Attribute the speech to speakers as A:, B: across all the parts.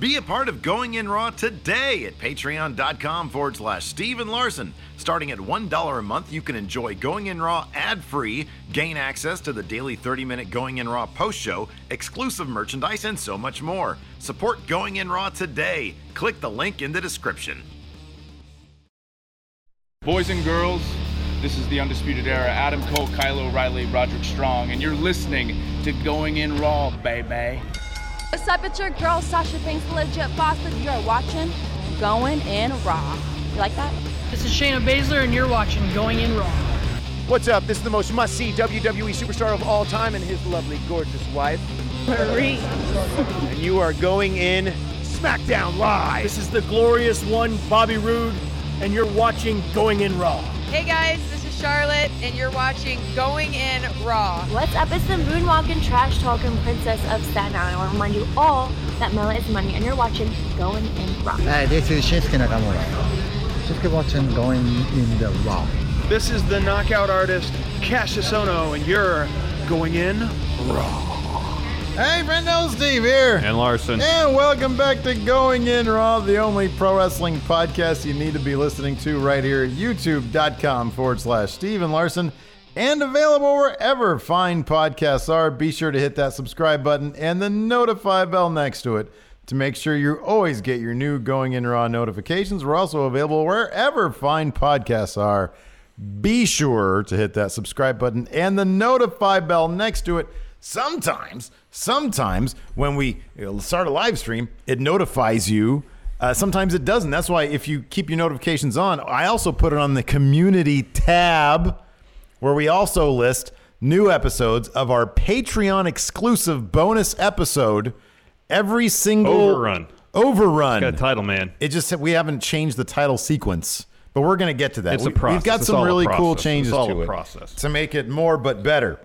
A: Be a part of Going In Raw today at patreon.com forward slash Steven Larson. Starting at $1 a month, you can enjoy Going In Raw ad free, gain access to the daily 30 minute Going In Raw post show, exclusive merchandise, and so much more. Support Going In Raw today. Click the link in the description.
B: Boys and girls, this is the Undisputed Era. Adam Cole, Kylo O'Reilly, Roderick Strong, and you're listening to Going In Raw, baby.
C: What's up? It's your girl Sasha Banks, the legit boss. That you're watching Going In Raw. You like that?
D: This is Shayna Baszler, and you're watching Going In Raw.
E: What's up? This is the most must see WWE superstar of all time and his lovely, gorgeous wife,
F: Marie.
E: and you are going in SmackDown Live.
G: This is the glorious one, Bobby Roode, and you're watching Going In Raw.
H: Hey guys, this is Charlotte, and you're watching Going In Raw.
I: What's up? It's the moonwalking, trash talking princess of Staten Island. I want to remind you all that Mela is money, and you're watching Going In Raw.
J: Hi, this is Shinsuke Nakamura. Shinsuke watching Going In the Raw.
K: This is the knockout artist Cassius Ono, and you're going in raw.
L: Hey, Brendo, Steve here.
M: And Larson.
L: And welcome back to Going In Raw, the only pro wrestling podcast you need to be listening to right here at youtube.com forward slash Steven Larson and available wherever fine podcasts are. Be sure to hit that subscribe button and the notify bell next to it to make sure you always get your new Going In Raw notifications. We're also available wherever fine podcasts are. Be sure to hit that subscribe button and the notify bell next to it sometimes sometimes when we start a live stream it notifies you uh, sometimes it doesn't that's why if you keep your notifications on i also put it on the community tab where we also list new episodes of our patreon exclusive bonus episode every single
M: overrun
L: overrun
M: got a title man
L: it just we haven't changed the title sequence but we're going to get to that
M: it's
L: we,
M: a process.
L: have got
M: It's
L: some
M: all a
L: really cool
M: process.
L: changes
M: it's all
L: to
M: a
L: it
M: process.
L: to make it more but better.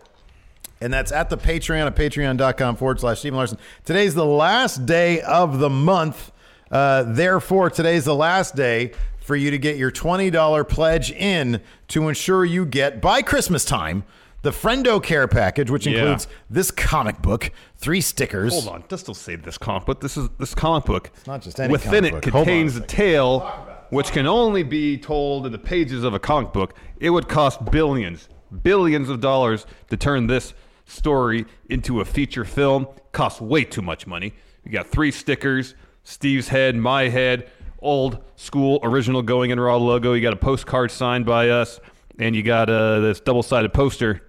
L: And that's at the Patreon at patreon.com forward slash Stephen Larson. Today's the last day of the month. Uh, therefore, today's the last day for you to get your $20 pledge in to ensure you get by Christmas time the Friendo Care Package, which
M: Yeah.
L: includes this comic book, three stickers.
M: Hold on, just don't say this comic book. This is this comic book. It's
L: not just any
M: Within
L: comic
M: it
L: book. Hold on
M: contains
L: a
M: a
L: second.
M: tale which can only be told in the pages of a comic book. It would cost billions, billions of dollars to turn this story into a feature film. Costs way too much money. We got three stickers, Steve's head, my head, old school original going in raw logo. You got a postcard signed by us, and you got uh, this double-sided poster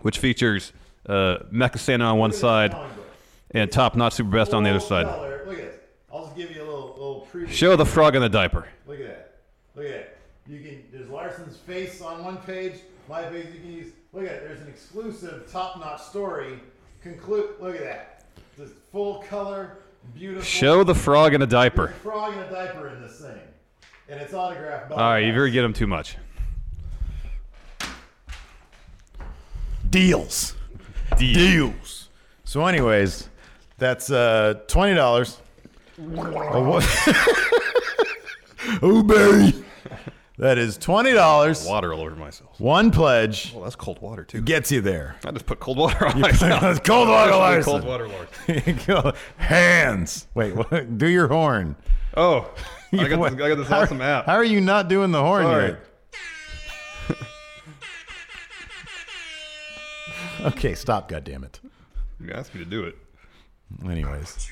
M: which features uh, Mecha Santa on one side and Top Not Super Best on the other side.
L: Look at this. I'll just give you a little, little preview.
M: Show the frog in the diaper.
L: Look at that. Look at that. You can there's Larson's face on one page, my face you can use. Look at it. There's an exclusive top-notch story. Conclude. Look at that. This full color, beautiful.
M: Show the frog in a
L: There's
M: diaper.
L: a frog in a diaper in this thing, and it's autographed by.
M: All right, you've already given him too much.
L: deals.
M: Deal.
L: Deals. So, anyways, that's uh twenty dollars. oh, Barry. That is twenty dollars.
M: Water all over myself.
L: One pledge.
M: Well, that's cold water too.
L: gets you there.
M: I just put cold water on myself.
L: That's cold water Larson.
M: Cold water Larson.
L: Hands. Wait, what? do your horn.
M: Oh, I got this, I got this
L: How-
M: awesome app.
L: How are you not doing the horn
M: Sorry.
L: yet? Okay, stop, goddammit.
M: You asked me to do it.
L: Anyways.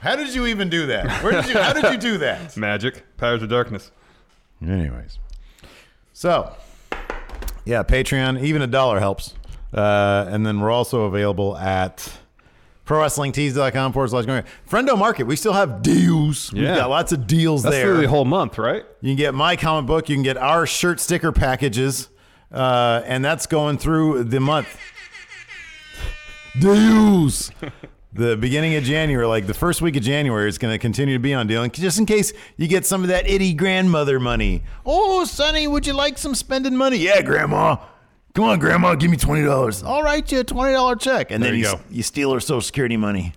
L: How did you even do that? Where did you how did you do that?
M: Magic, powers of darkness.
L: Anyways. So yeah, Patreon, even a dollar helps. Uh, and then we're also available at prowrestlingtees.com forward slash going. Friendo Market, we still have deals. We've
M: Yeah.
L: got lots of deals
M: That's
L: there.
M: through the whole month, right?
L: You can get my comic book. You can get our shirt sticker packages, uh, and that's going through the month. Deals. the beginning of January, like the first week of January, it's going to continue to be on deal. And just in case you get some of that itty grandmother money. Oh, Sonny, would you like some spending money? Yeah, Grandma. Come on, Grandma, give me twenty dollars. I'll write you a twenty dollar check, and
A: There
L: then
A: you
L: you,
A: go.
L: s- you steal her Social Security money.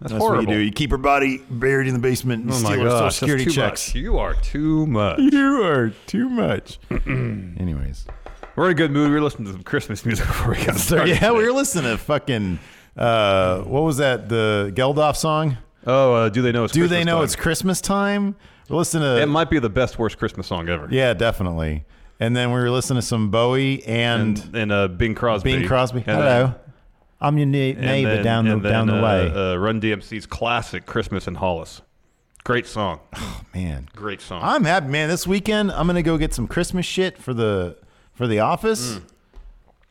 L: That's, what you
M: horrible.
L: do. You keep her body buried in the basement and
M: Oh
L: steal
M: my
L: her Social
M: gosh,
L: Security
M: that's too
L: checks.
M: much. You are too much.
L: You are too much. Anyways,
M: we're in a good mood. We were listening to some Christmas music before we got
L: So,
M: started.
L: yeah, we were listening to fucking uh, what was that? The Geldof song.
M: Oh, uh, do they know? It's
L: do
M: Christmas
L: they know
M: time?
L: it's Christmas time? We're listening to
M: It might be the best worst Christmas song ever.
L: yeah, definitely. And then we were listening to some Bowie and
M: and, and uh, Bing Crosby.
L: Bing Crosby.
M: And,
L: Hello,
M: uh,
L: I'm your ne-
M: and
L: neighbor
M: then-
L: down the
M: and then,
L: down the
M: uh,
L: way.
M: Uh, Run DMC's classic "Christmas in Hollis." Great song.
L: man,
M: great song.
L: I'm happy, man. This weekend, I'm gonna go get some Christmas shit for the for the office.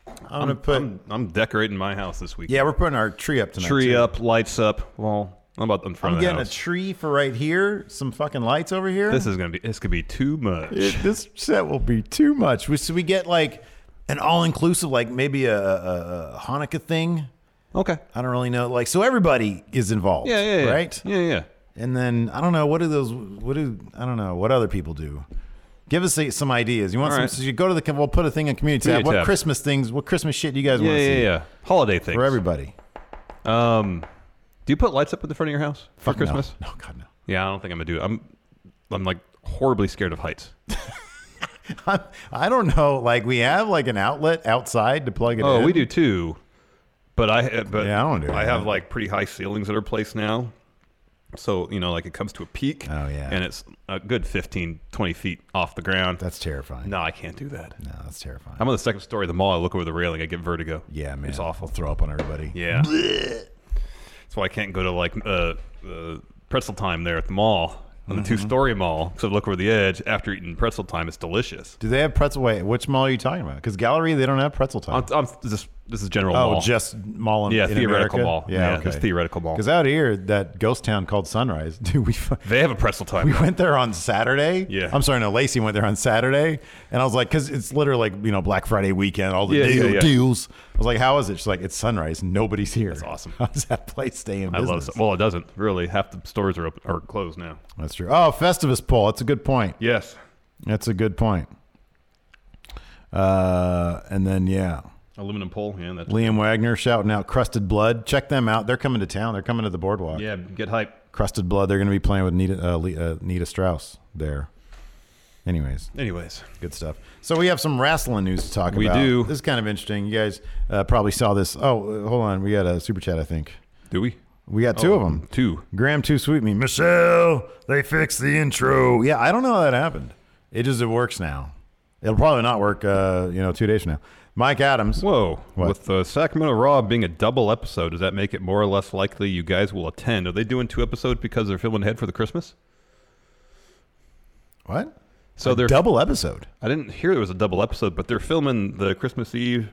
L: I'm gonna put.
M: Mm. I'm, I'm decorating my house this week.
L: yeah, we're putting our tree up tonight.
M: Tree
L: too.
M: up, lights up. Well, I'm about in front
L: I'm
M: of the
L: getting a
M: house.
L: tree for right here. Some fucking lights over here.
M: this is gonna be. This could be too much.
L: It- this set will be too much. We, so we get like an all inclusive, like maybe a, a, a Hanukkah thing.
M: Okay.
L: I don't really know. Like so, everybody is involved.
M: Yeah, yeah, yeah.
L: right.
M: Yeah, yeah.
L: And then I don't know what do those? What do I don't know what other people do? Give us uh, some ideas. You want
M: All
L: some?
M: right.
L: So you go to the we'll put a thing on community,
M: Community
L: tab. What
M: tab.
L: Christmas things? What Christmas shit do you guys
M: yeah,
L: want to
M: yeah,
L: see?
M: yeah. Holiday things
L: for everybody.
M: Um, do you put lights up in the front of your house for
L: Fuck no.
M: Christmas?
L: No, God no.
M: Yeah, I don't think I'm gonna do it. I'm, I'm like horribly scared of heights.
L: I don't know. Like we have like an outlet outside to plug it
M: oh,
L: in.
M: we do too. But I, eh, but
L: Yeah, I don't do
M: I
L: that.
M: have like pretty high ceilings at our place now. So you know, like it comes to a peak. Oh
L: yeah.
M: And it's a good 15, 20 feet off the ground.
L: That's terrifying.
M: No, I can't do that.
L: No, that's terrifying.
M: I'm on the second story of the mall. I look over the railing. I get vertigo.
L: Yeah, man.
M: It's awful.
L: Throw up on everybody.
M: Yeah. That's why I can't go to like uh, uh, pretzel time there at the mall on the
L: Mhm.
M: two-story mall. So I look over the edge after eating pretzel time. It's delicious.
L: Do they have pretzel? Wait, which mall are you talking about? Because gallery, they don't have pretzel time.
M: I'm, I'm this this is general
L: oh,
M: mall.
L: just mall in
M: yeah,
L: in America?
M: theoretical mall.
L: Yeah,
M: it's theoretical mall.
L: Because out here, that ghost town called Sunrise, dude, we fu-
M: They have a pretzel time.
L: we went there on Saturday.
M: Yeah.
L: I'm sorry, no, Lacey went there on Saturday, and I was like, because it's literally like you know Black Friday weekend, all the
M: Yeah, yeah,
L: deal-
M: yeah.
L: deals. I was like, how is it? She's like, it's Sunrise, nobody's here. That's
M: awesome.
L: How's that place stay in
M: I
L: business?
M: love. Well, it doesn't really. Half the stores are open, are closed now.
L: That's true. Oh, Festivus poll. That's a good point.
M: Yes.
L: That's a good point. Uh, and then yeah.
M: Aluminum pole. Yeah, that's
L: Liam Wagner shouting out Crusted Blood. Check them out. They're coming to town. They're coming to the boardwalk.
M: Yeah, get hype.
L: Crusted Blood. They're going to be playing with Nita, uh, Le- uh, Nita Strauss there. Anyways,
M: Anyways,
L: good stuff. So we have some wrestling news to talk
M: We
L: about.
M: do.
L: This is kind of interesting. You guys uh, probably saw this. Oh, uh, hold on. We got a super chat, I think.
M: Do we?
L: We got two
M: Oh,
L: of them.
M: Two.
L: Graham Two Sweet Me. Michelle, they fixed the intro. Yeah, I don't know how that happened. It just it works now. It'll probably not work. Uh, you know, two days from now. Mike Adams.
M: Whoa.
L: What?
M: With the Sacramento Raw being a double episode, does that make it more or less likely you guys will attend? Are they doing two episodes because they're filming ahead for the Christmas?
L: What?
M: So
L: A
M: Oh, they're
L: double episode.
M: I didn't hear there was a double episode, but they're filming the Christmas Eve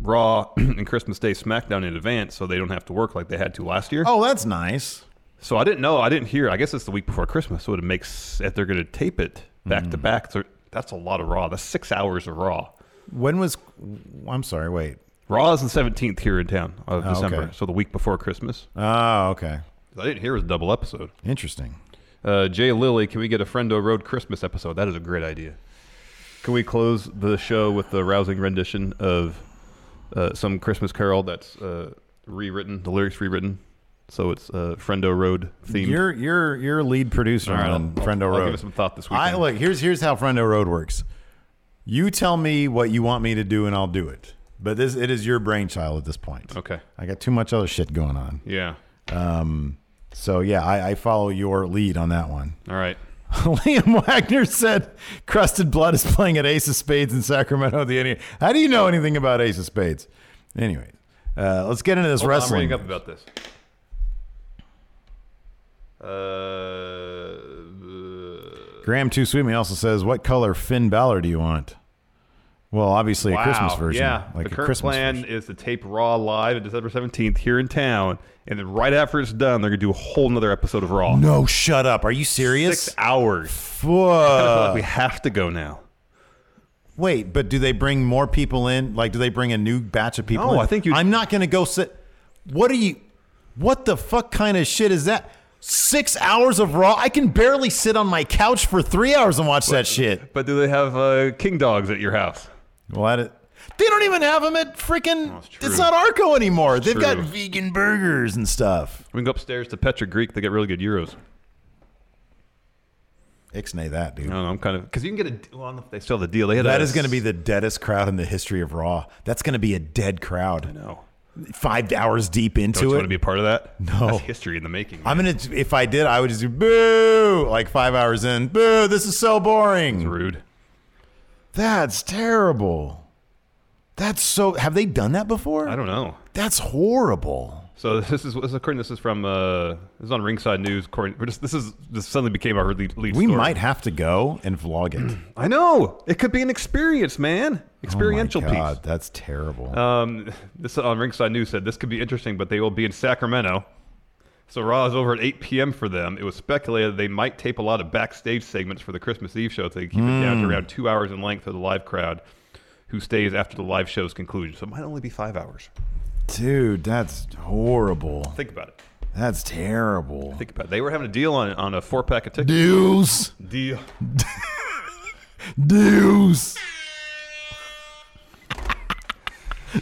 M: Raw and Christmas Day SmackDown in advance, so they don't have to work like they had to last year.
L: Oh, that's nice.
M: So I didn't know. I didn't hear. I guess it's the week before Christmas, so it makes if they're going to tape it back
L: Mm.
M: to back. so That's a lot of Raw. That's six hours of Raw.
L: When was? I'm sorry. Wait.
M: Raw is the seventeenth here in town of
L: Oh,
M: December,
L: okay.
M: so the week before Christmas.
L: Oh, okay.
M: I didn't hear it was a double episode.
L: Interesting.
M: Uh, Jay Lilly, can we get a Friendo Road Christmas episode? That is a great idea. Can we close the show with the rousing rendition of uh, some Christmas carol that's uh, rewritten, the lyrics rewritten? So it's uh, Friendo Road themed.
L: You're you're you're lead producer
M: All right,
L: on
M: I'll-
L: Friendo
M: I'll
L: Road.
M: give it some thought this
L: I
M: weekend.
L: look here's here's how Friendo Road works. You tell me what you want me to do and I'll do it. But this it is your brainchild at this point.
M: Okay.
L: I got too much other shit going on.
M: Yeah.
L: Um. So yeah, I, I follow your lead on that one.
M: All right.
L: Liam Wagner said Crusted Blood is playing at Ace of Spades in Sacramento. The Indian. How do you know anything about Ace of Spades? Anyway, uh, let's get into this
M: Hold on, I'm
L: wrestling.
M: reading up about this. Uh,
L: Graham Two Sweetman also says, "What color Finn Balor do you want?" Well, obviously a Christmas
M: Wow,
L: version,
M: Yeah,
L: like
M: the
L: a
M: current
L: Christmas.
M: plan is to tape Raw live on December seventeenth here in town, and then right after it's done, they're gonna do a whole nother episode of Raw.
L: No, shut up. Are you serious?
M: six hours.
L: Whoa.
M: I kinda feel like we have to go now.
L: Wait, but do they bring more people in? Like, do they bring a new batch of people?
M: No,
L: in?
M: I think you-
L: I'm not going to go sit. What are you? What the fuck kind of shit is that? Six hours of Raw. I can barely sit on my couch for three hours and watch that shit.
M: But do they have uh, king dogs at your house?
L: Well, I did They don't even have them at freaking. it's not Arco anymore. They've got
M: true.
L: vegan burgers and stuff.
M: We can go upstairs to Petra Greek. They get really good euros.
L: Ixnay that, dude.
M: I don't know. I'm kind of because you can get a. d- Well, I don't know if they still have the deal. They had
L: That
M: a,
L: is going to be the deadest crowd in the history of Raw. That's going to be a dead crowd. I
M: know.
L: Five hours deep into
M: Don't you
L: it.
M: want to be a part of that?
L: No.
M: that's history in the making.
L: I'm gonna. If I did, I would just do boo. Like five hours in, boo. This is so boring. That's
M: rude.
L: That's terrible. That's so. Have they done that before?
M: I don't know.
L: That's horrible.
M: So this is this is, according, this is from uh, this is on Ringside News. According, this, this is this suddenly became our lead, lead
L: We
M: story.
L: might have to go and vlog it. Oh
M: I know it could be an experience, man. Experiential
L: oh my God,
M: piece.
L: That's terrible.
M: Um, this on Ringside News said this could be interesting, but they will be in Sacramento. So Raw is over at 8 p.m. for them. It was speculated they might tape a lot of backstage segments for the Christmas Eve show, so they keep it down to
L: Mm.
M: around two hours in length for the live crowd, who stays after the live show's conclusion. So it might only be five hours.
L: Dude, that's horrible.
M: Think about it.
L: That's terrible.
M: Think about it. They were having a deal on on a four pack of tickets.
L: Deals.
M: Deal.
L: Deuce.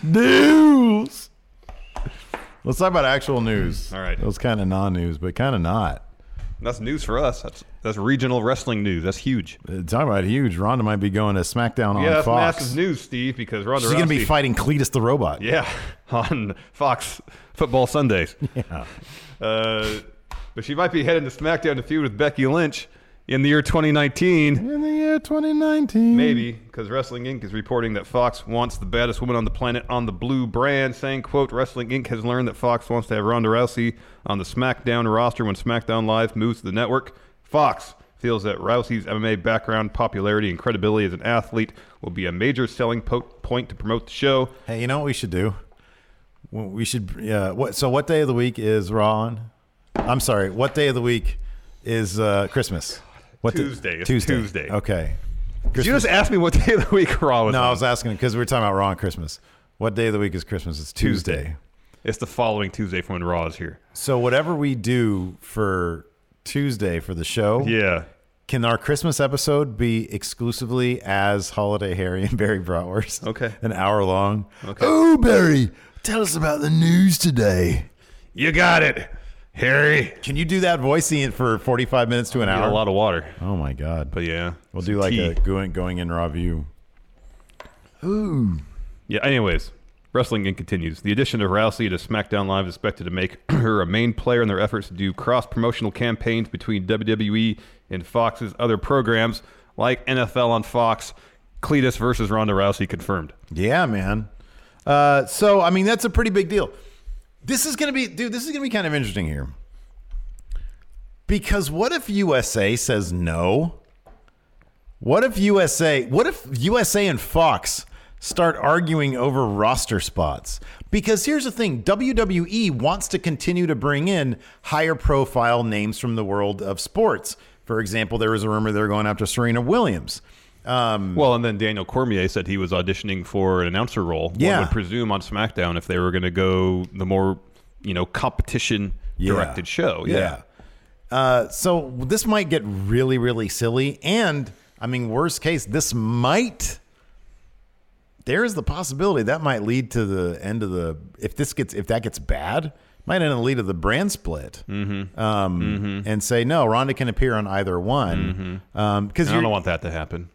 L: Deuce. Let's talk about actual news. All
M: right.
L: It was kind of non-news, but kind of not.
M: That's news for us. That's that's regional wrestling news. That's huge.
L: Uh, Talking about huge. Ronda might be going to SmackDown
M: yeah,
L: on
M: that's
L: Fox.
M: massive news, Steve, because Ronda
L: She's going to be
M: Rousey-
L: fighting Cletus the Robot.
M: Yeah, on Fox Football Sundays.
L: Yeah.
M: Uh, but she might be heading to SmackDown to feud with Becky Lynch in the year 2019.
L: In the year 2019.
M: Maybe, because Wrestling Inc. is reporting that Fox wants the baddest woman on the planet on the blue brand, saying, quote, Wrestling Inc. has learned that Fox wants to have Ronda Rousey on the SmackDown roster when SmackDown Live moves to the network. Fox feels that Rousey's MMA background, popularity, and credibility as an athlete will be a major selling po- point to promote the show.
L: Hey, you know what we should do? Well, We should. Yeah. What? So, what day of the week is Raw on? I'm sorry. What day of the week is uh, Christmas? What the-
M: Tuesday. It's
L: Tuesday.
M: Tuesday.
L: Okay.
M: You just asked me what day of the week Raw was
L: No, I
M: on.
L: was asking because we were talking about Raw and Christmas. What day of the week is Christmas? It's Tuesday.
M: It's the following Tuesday from when Raw is here.
L: So whatever we do for Tuesday for the show,
M: yeah.
L: Can our Christmas episode be exclusively as Holiday Harry and Barry Bratwurst?
M: Okay.
L: An hour long.
M: Okay.
L: Oh, Barry, tell us about the news today.
M: You got it, Harry.
L: Can you do that voice in for 45 minutes to an
M: Need
L: hour?
M: a lot of water.
L: oh, my God.
M: But yeah.
L: We'll
M: some
L: do like
M: tea.
L: a going, going in raw view. Ooh.
M: Yeah, anyways, Wrestling Inc. continues. The addition of Rousey to SmackDown Live is expected to make her a main player in their efforts to do cross promotional campaigns between WWE and Fox's other programs, like NFL on Fox, Cletus versus Ronda Rousey confirmed.
L: Yeah, man. Uh, so I mean, that's a pretty big deal. This is gonna be, dude. This is gonna be kind of interesting here, because what if USA says no? What if USA? What if USA and Fox start arguing over roster spots? Because here's the thing: WWE wants to continue to bring in higher profile names from the world of sports. For example, there was a rumor they're going after Serena Williams. Um,
M: Well, and then Daniel Cormier said he was auditioning for an announcer role.
L: Yeah.
M: One would presume on SmackDown if they were going to go the more, you know, competition directed show. Yeah.
L: Uh, so this might get really, really silly. And I mean, worst case, this might. There is the possibility that might lead to the end of the if this gets if that gets bad might end in the lead of the brand split mm-hmm. Um, and say no Ronda can appear on either one Um, because
M: Mm-hmm. And I don't want that to happen.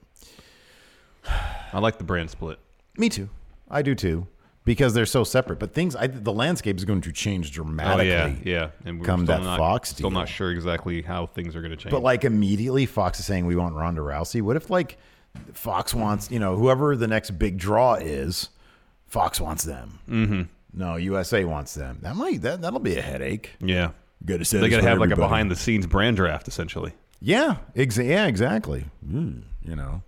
M: I like the brand split.
L: me too I do too because they're so separate but things I, the landscape is going to change
M: Oh
L: dramatically
M: yeah, yeah. And we're
L: come
M: still
L: that
M: not,
L: Fox
M: Still
L: deal.
M: not sure exactly how things are going to change.
L: But like immediately, Fox is saying we want Ronda Rousey. What if like Fox wants you know whoever the next big draw is, Fox wants them.
M: mm-hmm.
L: No, USA wants them. That might that that'll be a headache.
M: Yeah.
L: Gotta
M: They
L: say
M: got
L: this
M: to
L: for
M: have like a
L: everybody.
M: behind the scenes brand draft essentially,
L: Yeah, exa- yeah, exactly. Mm, you know,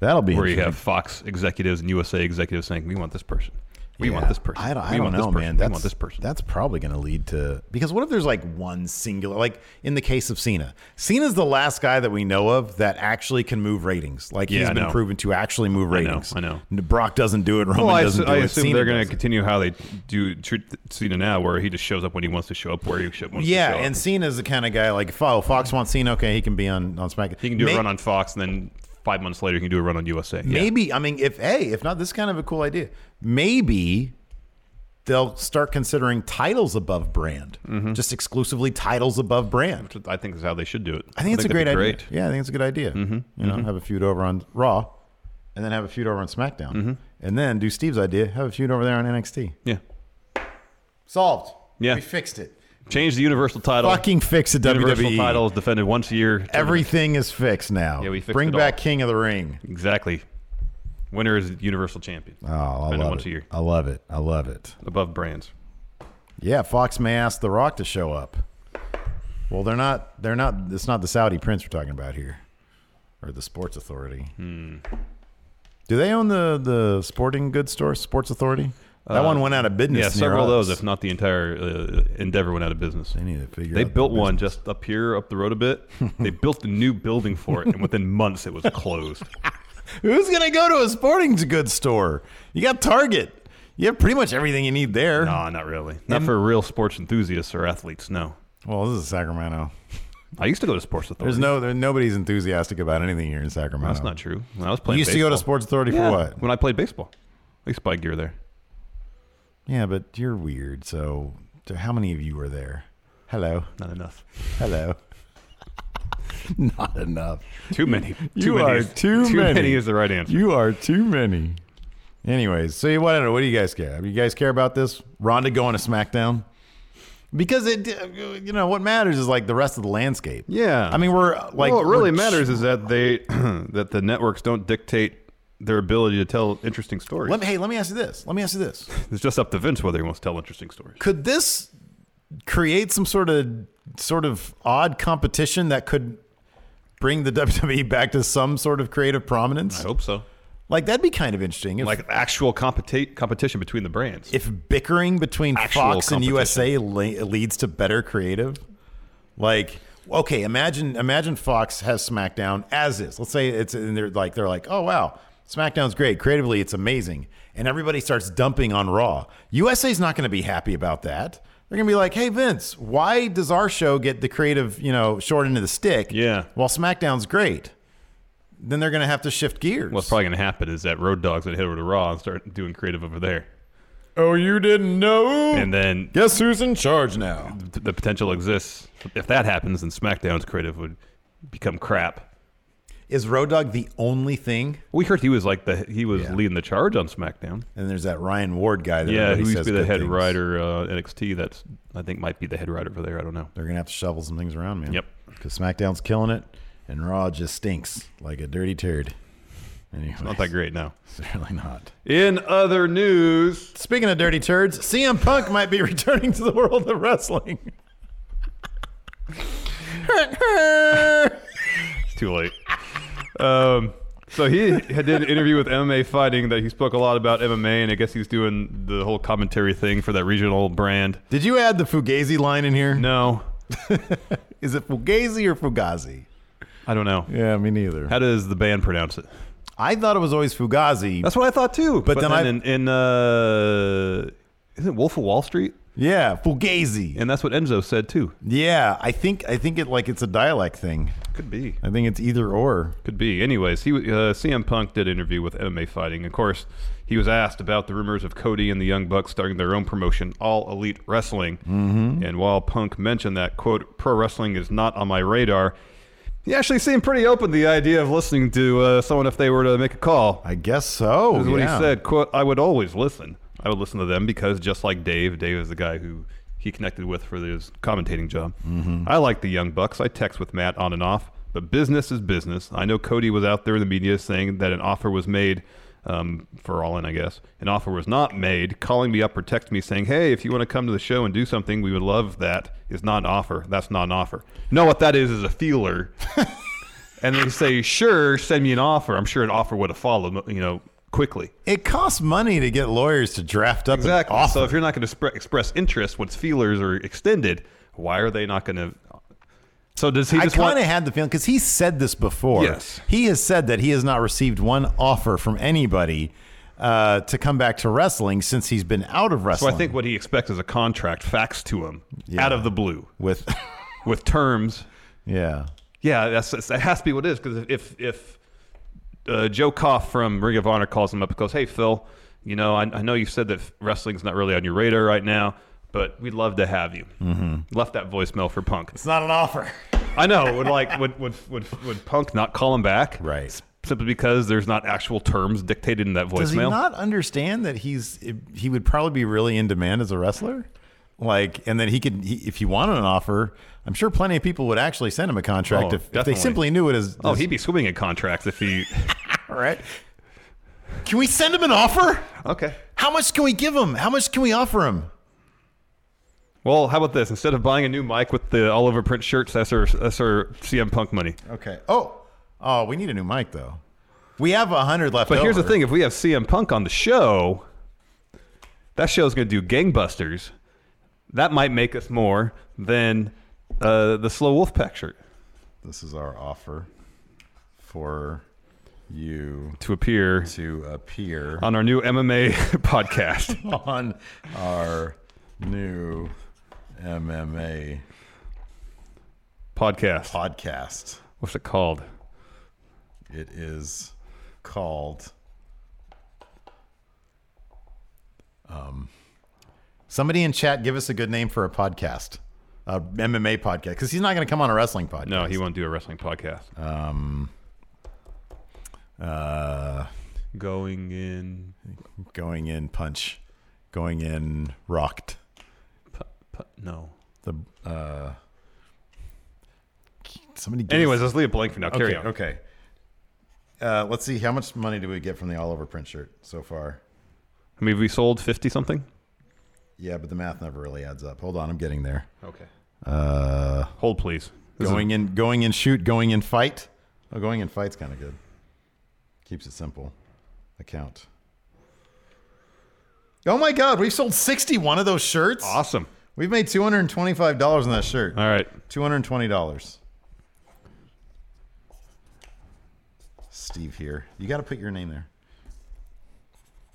L: that'll be
M: where you
L: interesting.
M: have Fox executives and USA executives saying we want this person. We want this person.
L: I don't, I
M: we
L: don't
M: want
L: know,
M: this person.
L: man.
M: We
L: That's,
M: want this person.
L: That's probably going to lead to because what if there's like one singular, like in the case of Cena. Cena's the last guy that we know of that actually can move ratings. Like
M: Yeah,
L: he's
M: I
L: been
M: know.
L: proven to actually move
M: I know,
L: ratings.
M: I know.
L: Brock doesn't do it. Roman
M: well, I,
L: doesn't
M: assu-
L: do
M: I
L: it.
M: assume
L: Cena
M: they're going
L: does
M: to
L: it.
M: continue how they do treat Cena now, where he just shows up when he wants to show up, where he sh- wants
L: Yeah,
M: to show up.
L: and Cena's the kind of guy like, if, oh, Fox wants Cena. Okay, he can be on on SmackDown.
M: He can do a run on Fox, and then five months later, he can do a run on USA. Yeah.
L: Maybe I mean, if hey, if not, this is kind of a cool idea. Maybe they'll start considering titles above brand,
M: Mm-hmm.
L: just exclusively titles above brand.
M: I think is how they should do it.
L: I think it's a great
M: that'd
L: idea.
M: be
L: Yeah, I think it's a good idea. You know,
M: mhm.
L: have a feud over on Raw, and then have a feud over on SmackDown,
M: Mm-hmm.
L: and then do Steve's idea, have a feud over there on NXT.
M: Yeah.
L: Solved.
M: Yeah.
L: we fixed it.
M: Change the Universal title.
L: Oh. Fucking E. fix it,
M: Universal
L: WWE.
M: title is defended once a year.
L: Everything is fixed now.
M: Yeah, we fixed
L: Bring
M: it all.
L: back King of the Ring.
M: Exactly. Winner is Universal Champion.
L: Oh, I
M: Defended
L: love
M: once
L: it.
M: a year.
L: I love it. I love it.
M: Above brands.
L: Yeah, Fox may ask The Rock to show up. Well, they're not. They're not. It's not the Saudi prince we're talking about here, or the Sports Authority.
M: Hmm.
L: Do they own the the sporting goods store, Sports Authority? That
M: Uh,
L: one went out of business.
M: Yeah,
L: near
M: several of those,
L: us.
M: if not the entire uh, Endeavor, went out of business. They
L: need to figure.
M: They
L: out their
M: built one just up here, up the road a bit. they built a new building for it, and within months, it was closed.
L: Who's gonna go to a sporting goods store? You got Target. You have pretty much everything you need there.
M: No, not really. Not for real sports enthusiasts or athletes. No.
L: Well, this is Sacramento.
M: I used to go to Sports Authority.
L: There's no. There, nobody's enthusiastic about anything here in Sacramento.
M: That's not true. When I was playing,
L: You used to go to
M: baseball-
L: Sports Authority for
M: Yeah,
L: what?
M: When I played baseball, I used to buy gear there.
L: Yeah, but you're weird. So, so how many of you were there? Hello.
M: Not enough.
L: Hello. Not enough.
M: Too many.
L: You
M: too many
L: are
M: is-
L: too,
M: too
L: many.
M: many is the right answer.
L: You are too many. Anyways, so you want to know what do you guys care? You guys care about this? Rhonda going to SmackDown? Because it, you know, what matters is like the rest of the landscape.
M: Yeah.
L: I mean, we're like,
M: what really
L: we're-
M: matters is that they that the networks don't dictate their ability to tell interesting stories.
L: Let me, hey, let me ask you this. Let me ask you this.
M: It's just up to Vince whether he wants to tell interesting stories.
L: Could this create some sort of sort of odd competition that could bring the WWE back to some sort of creative prominence?
M: I hope so.
L: Like that'd be kind of interesting. If,
M: Like actual competi- competition between the brands.
L: if bickering between
M: Actual
L: Fox and
M: competition.
L: USA le- leads to better creative, like okay, imagine imagine Fox has SmackDown as is. Let's say it's and they're like they're like, oh wow, SmackDown's great creatively, it's amazing, and everybody starts dumping on Raw. USA's not going to be happy about that. They're gonna be like, "Hey Vince, why does our show get the creative, you know, short end of the stick? Yeah. While SmackDown's great, then they're gonna have to shift gears.
M: What's probably going to happen is that Road Dogs would hit over to Raw and start doing creative over there.
L: Oh, you didn't know?
M: And then
L: guess who's in charge now?
M: The potential exists. If that happens, then SmackDown's creative would become crap.
L: Is Road Dog the only thing?
M: We heard he was like the he was leading the charge on SmackDown.
L: And there's that Ryan Ward guy. That
M: yeah,
L: everybody
M: who used
L: says
M: to be the
L: good
M: head
L: things.
M: writer uh, NXT. That's I think might be the head writer over there. I don't know.
L: They're gonna have to shovel some things around, man.
M: Yep.
L: Because SmackDown's killing it, and Raw just stinks like a dirty turd. Anyway,
M: Not that great now.
L: Certainly not.
M: In other news,
L: speaking of dirty turds, CM Punk might be returning to the world of wrestling.
M: It's too late. Um, so he had did an interview with MMA Fighting that he spoke a lot about MMA, and I guess he's doing the whole commentary thing for that regional brand.
L: Did you add the Fugazi line in here?
M: No.
L: Is it Fugazi or Fugazi?
M: I don't know.
L: Yeah, me neither.
M: How does the band pronounce it?
L: I thought it was always Fugazi.
M: That's what I thought too.
L: But, then, I,
M: in, in uh, isn't Wolf of Wall Street?
L: yeah, Fugazi.
M: And that's what Enzo said too.
L: Yeah, I think I think it like it's a dialect thing.
M: Could be.
L: I think it's either or.
M: Could be. Anyways, he uh, CM Punk did an interview with MMA Fighting. Of course, he was asked about the rumors of Cody and the Young Bucks starting their own promotion, All Elite Wrestling. Mm-hmm. And while Punk mentioned that quote, "Pro wrestling is not on my radar," he actually seemed pretty open to the idea of listening to uh, someone if they were to make a call.
L: I guess so.
M: This is what
L: Oh, yeah.
M: he said. "Quote: I would always listen. I would listen to them because just like Dave, Dave is the guy who he connected with for his commentating job. I like the Young Bucks. I text with Matt on and off, but business is business. I know Cody was out there in the media saying that an offer was made." Um, for all in, I guess. An offer was not made, calling me up or texting me saying, Hey, if you want to come to the show and do something, we would love that. It's not an offer. That's not an offer. No, what that is is a feeler and they say, "Sure, send me an offer." I'm sure an offer would have followed, you know, quickly.
L: It costs money to get lawyers to draft up
M: Exactly.
L: an offer.
M: So if you're not going to spre- express interest once feelers are extended, why are they not going to? So does he
L: I
M: just want?
L: kind of had the feeling because he said this before.
M: Yes.
L: he has said that he has not received one offer from anybody uh, to come back to wrestling since he's been out of
M: So
L: wrestling.
M: I think what he expects is a contract faxed to him out of the blue
L: with
M: with terms.
L: Yeah,
M: yeah, that's, that's- that has to be what it is because if if uh, Joe Koff from Ring of Honor calls him up and goes, "Hey Phil, you know I, I know you said that wrestling's not really on your radar right now, but we'd love to have you."
L: Mhm.
M: Left that voicemail for Punk.
L: it's not an offer.
M: I know. Would like would would would would Punk not call him back?
L: Right.
M: Simply because there's not actual terms dictated in that voicemail.
L: Does he not understand that he's he would probably be really in demand as a wrestler? Like, and then he could he, if he wanted an offer, I'm sure plenty of people would actually send him a contract
M: Oh,
L: if, if they
M: definitely.
L: simply knew it as.
M: oh,
L: as-
M: he'd be swimming in contracts if he.
L: All right. Can we send him an offer?
M: Okay.
L: How much can we give him? How much can we offer him?
M: Well, how about this? Instead of buying a new mic with the all over print shirts, that's our that's our CM Punk money.
L: Okay. Oh, oh, we need a new mic though. We have a hundred left.
M: But here's the
L: over.
M: thing: if we have CM Punk on the show, that show's going to do gangbusters. That might make us more than uh, the Slow Wolf Pack shirt
L: This is our offer for you
M: to appear
L: to appear
M: on our new MMA podcast.
L: on our new MMA
M: podcast.
L: Podcast.
M: What's it called?
L: It is called. Um, somebody in chat, give us a good name for a podcast, a MMA podcast, because he's not going to come on a wrestling podcast.
M: No, he won't do a wrestling podcast.
L: Um, uh,
M: going in,
L: going in, punch, going in, rocked.
M: no,
L: the uh, somebody. give
M: Anyways,
L: us-
M: let's leave it blank for now. Carry
L: okay,
M: on.
L: Okay. Uh, let's see. How much money do we get from the all over print shirt so far?
M: I mean, we sold fifty something.
L: Yeah, but the math never really adds up. Hold on, I'm getting there.
M: Okay.
L: Uh,
M: Hold please. This
L: going in, going in, shoot, going in, fight. Oh, going in, fight's kind of good. Keeps it simple. Account. Oh my God, we've sold 61 of those shirts.
M: Awesome.
L: We've made $225 on that shirt.
M: All right.
L: $220. Steve here. You got to put your name there.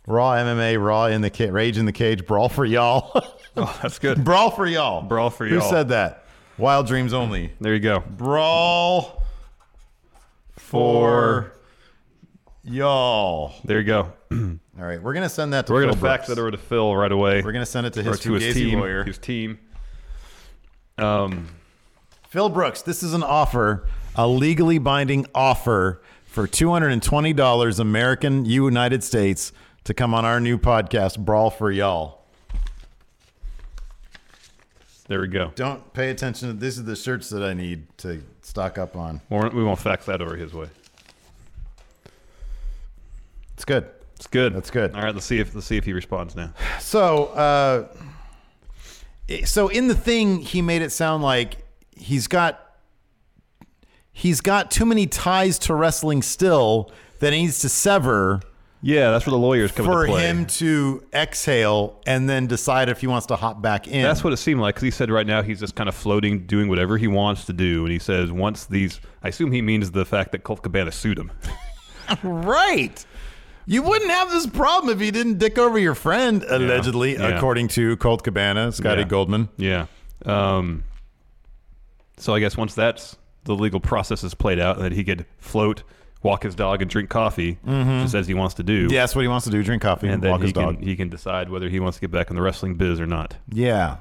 L: Raw MMA, Raw in the cage, Rage in the cage, Brawl for y'all.
M: oh, that's good.
L: Brawl for y'all.
M: Brawl for
L: Who
M: y'all.
L: said that? Wild dreams only.
M: There you go.
L: Brawl for y'all.
M: There you go.
L: All right, we're gonna send that to.
M: We're
L: Phil
M: gonna fax
L: Brooks.
M: it over to Phil right away.
L: We're gonna send it to
M: Or
L: his Fugazi
M: team,
L: lawyer.
M: His team. Um,
L: Phil Brooks, this is an offer, a legally binding offer for two hundred and twenty dollars American United States to come on our new podcast, Brawl for Y'all.
M: there we go.
L: Don't pay attention. to These are the shirts that I need to stock up on.
M: Or we won't fax that over his way.
L: It's good.
M: It's good.
L: That's good.
M: All right. Let's see if let's see if he responds now.
L: So, uh, i- so in the thing, he made it sound like he's got he's got too many ties to wrestling still that he needs to sever
M: Yeah, that's where the lawyers come
L: for
M: into play.
L: him to exhale and then decide if he wants to hop back in.
M: That's what it seemed like. 'cause he said right now he's just kind of floating, doing whatever he wants to do. And he says once these, I assume he means the fact that Colt Cabana sued him.
L: right. You wouldn't have this problem if you didn't dick over your friend, allegedly,
M: Yeah.
L: according to Colt Cabana, Scotty
M: Yeah.
L: Goldman.
M: Yeah. Um, so I guess once that's the legal process is played out, that he could float, walk his dog, and drink coffee,
L: Mhm.
M: just as he wants to do.
L: Yeah, that's what he wants to do: drink coffee and,
M: And then
L: walk
M: he
L: his dog.
M: can, he can decide whether he wants to get back in the wrestling biz or not.
L: Yeah.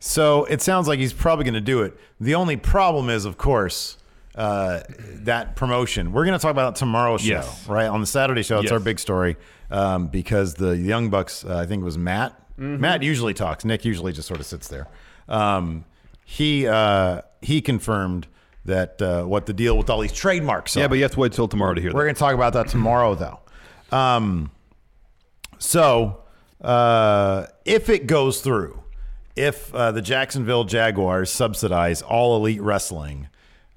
L: So it sounds like he's probably going to do it. The only problem is, of course, uh, that promotion. We're going to talk about it tomorrow's show,
M: Yes.
L: right? On the Saturday show, it's
M: Yes.
L: our big story um, because the Young Bucks, uh, I think it was Matt.
M: Mm-hmm.
L: Matt usually talks. Nick usually just sort of sits there. Um, he uh, he confirmed that uh, what the deal with all these trademarks.
M: Yeah,
L: are.
M: but you have to wait till tomorrow to hear
L: We're
M: that.
L: going to talk about that tomorrow, though. Um, so, uh, if it goes through, if uh, the Jacksonville Jaguars subsidize all elite wrestling,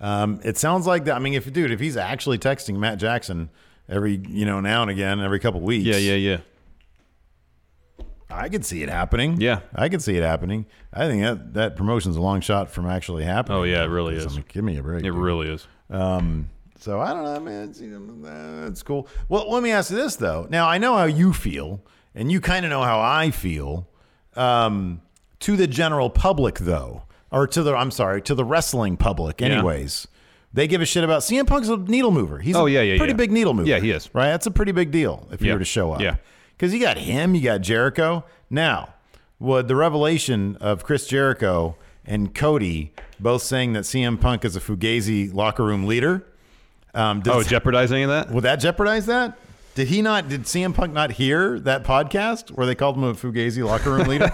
L: um, it sounds like that. I mean, if dude, if he's actually texting Matt Jackson every you know now and again, every couple weeks.
M: Yeah, yeah, yeah.
L: I could see it happening.
M: Yeah,
L: I could see it happening. I think that that promotion's a long shot from actually happening.
M: Oh yeah, it really
L: So,
M: is.
L: I mean, give me a break.
M: It really is.
L: Um, so I don't know, man. It's, you know, uh, it's cool. Well, let me ask you this though. Now I know how you feel, and you kind of know how I feel. Um, to the general public, though, or to the I'm sorry, to the wrestling public,
M: Yeah.
L: anyways. They give a shit about CM Punk's a needle mover. He's
M: Oh,
L: a
M: yeah, yeah,
L: pretty
M: yeah.
L: big needle mover.
M: Yeah, he is.
L: Right? That's a pretty big deal if you
M: Yeah.
L: were to show up.
M: Yeah.
L: Because you got him, you got Jericho. Now, would the revelation of Chris Jericho and Cody both saying that CM Punk is a Fugazi locker room leader? Um, does,
M: oh, jeopardize any of that?
L: Would that jeopardize that? Did he not? Did CM Punk not hear that podcast where they called him a Fugazi locker room leader?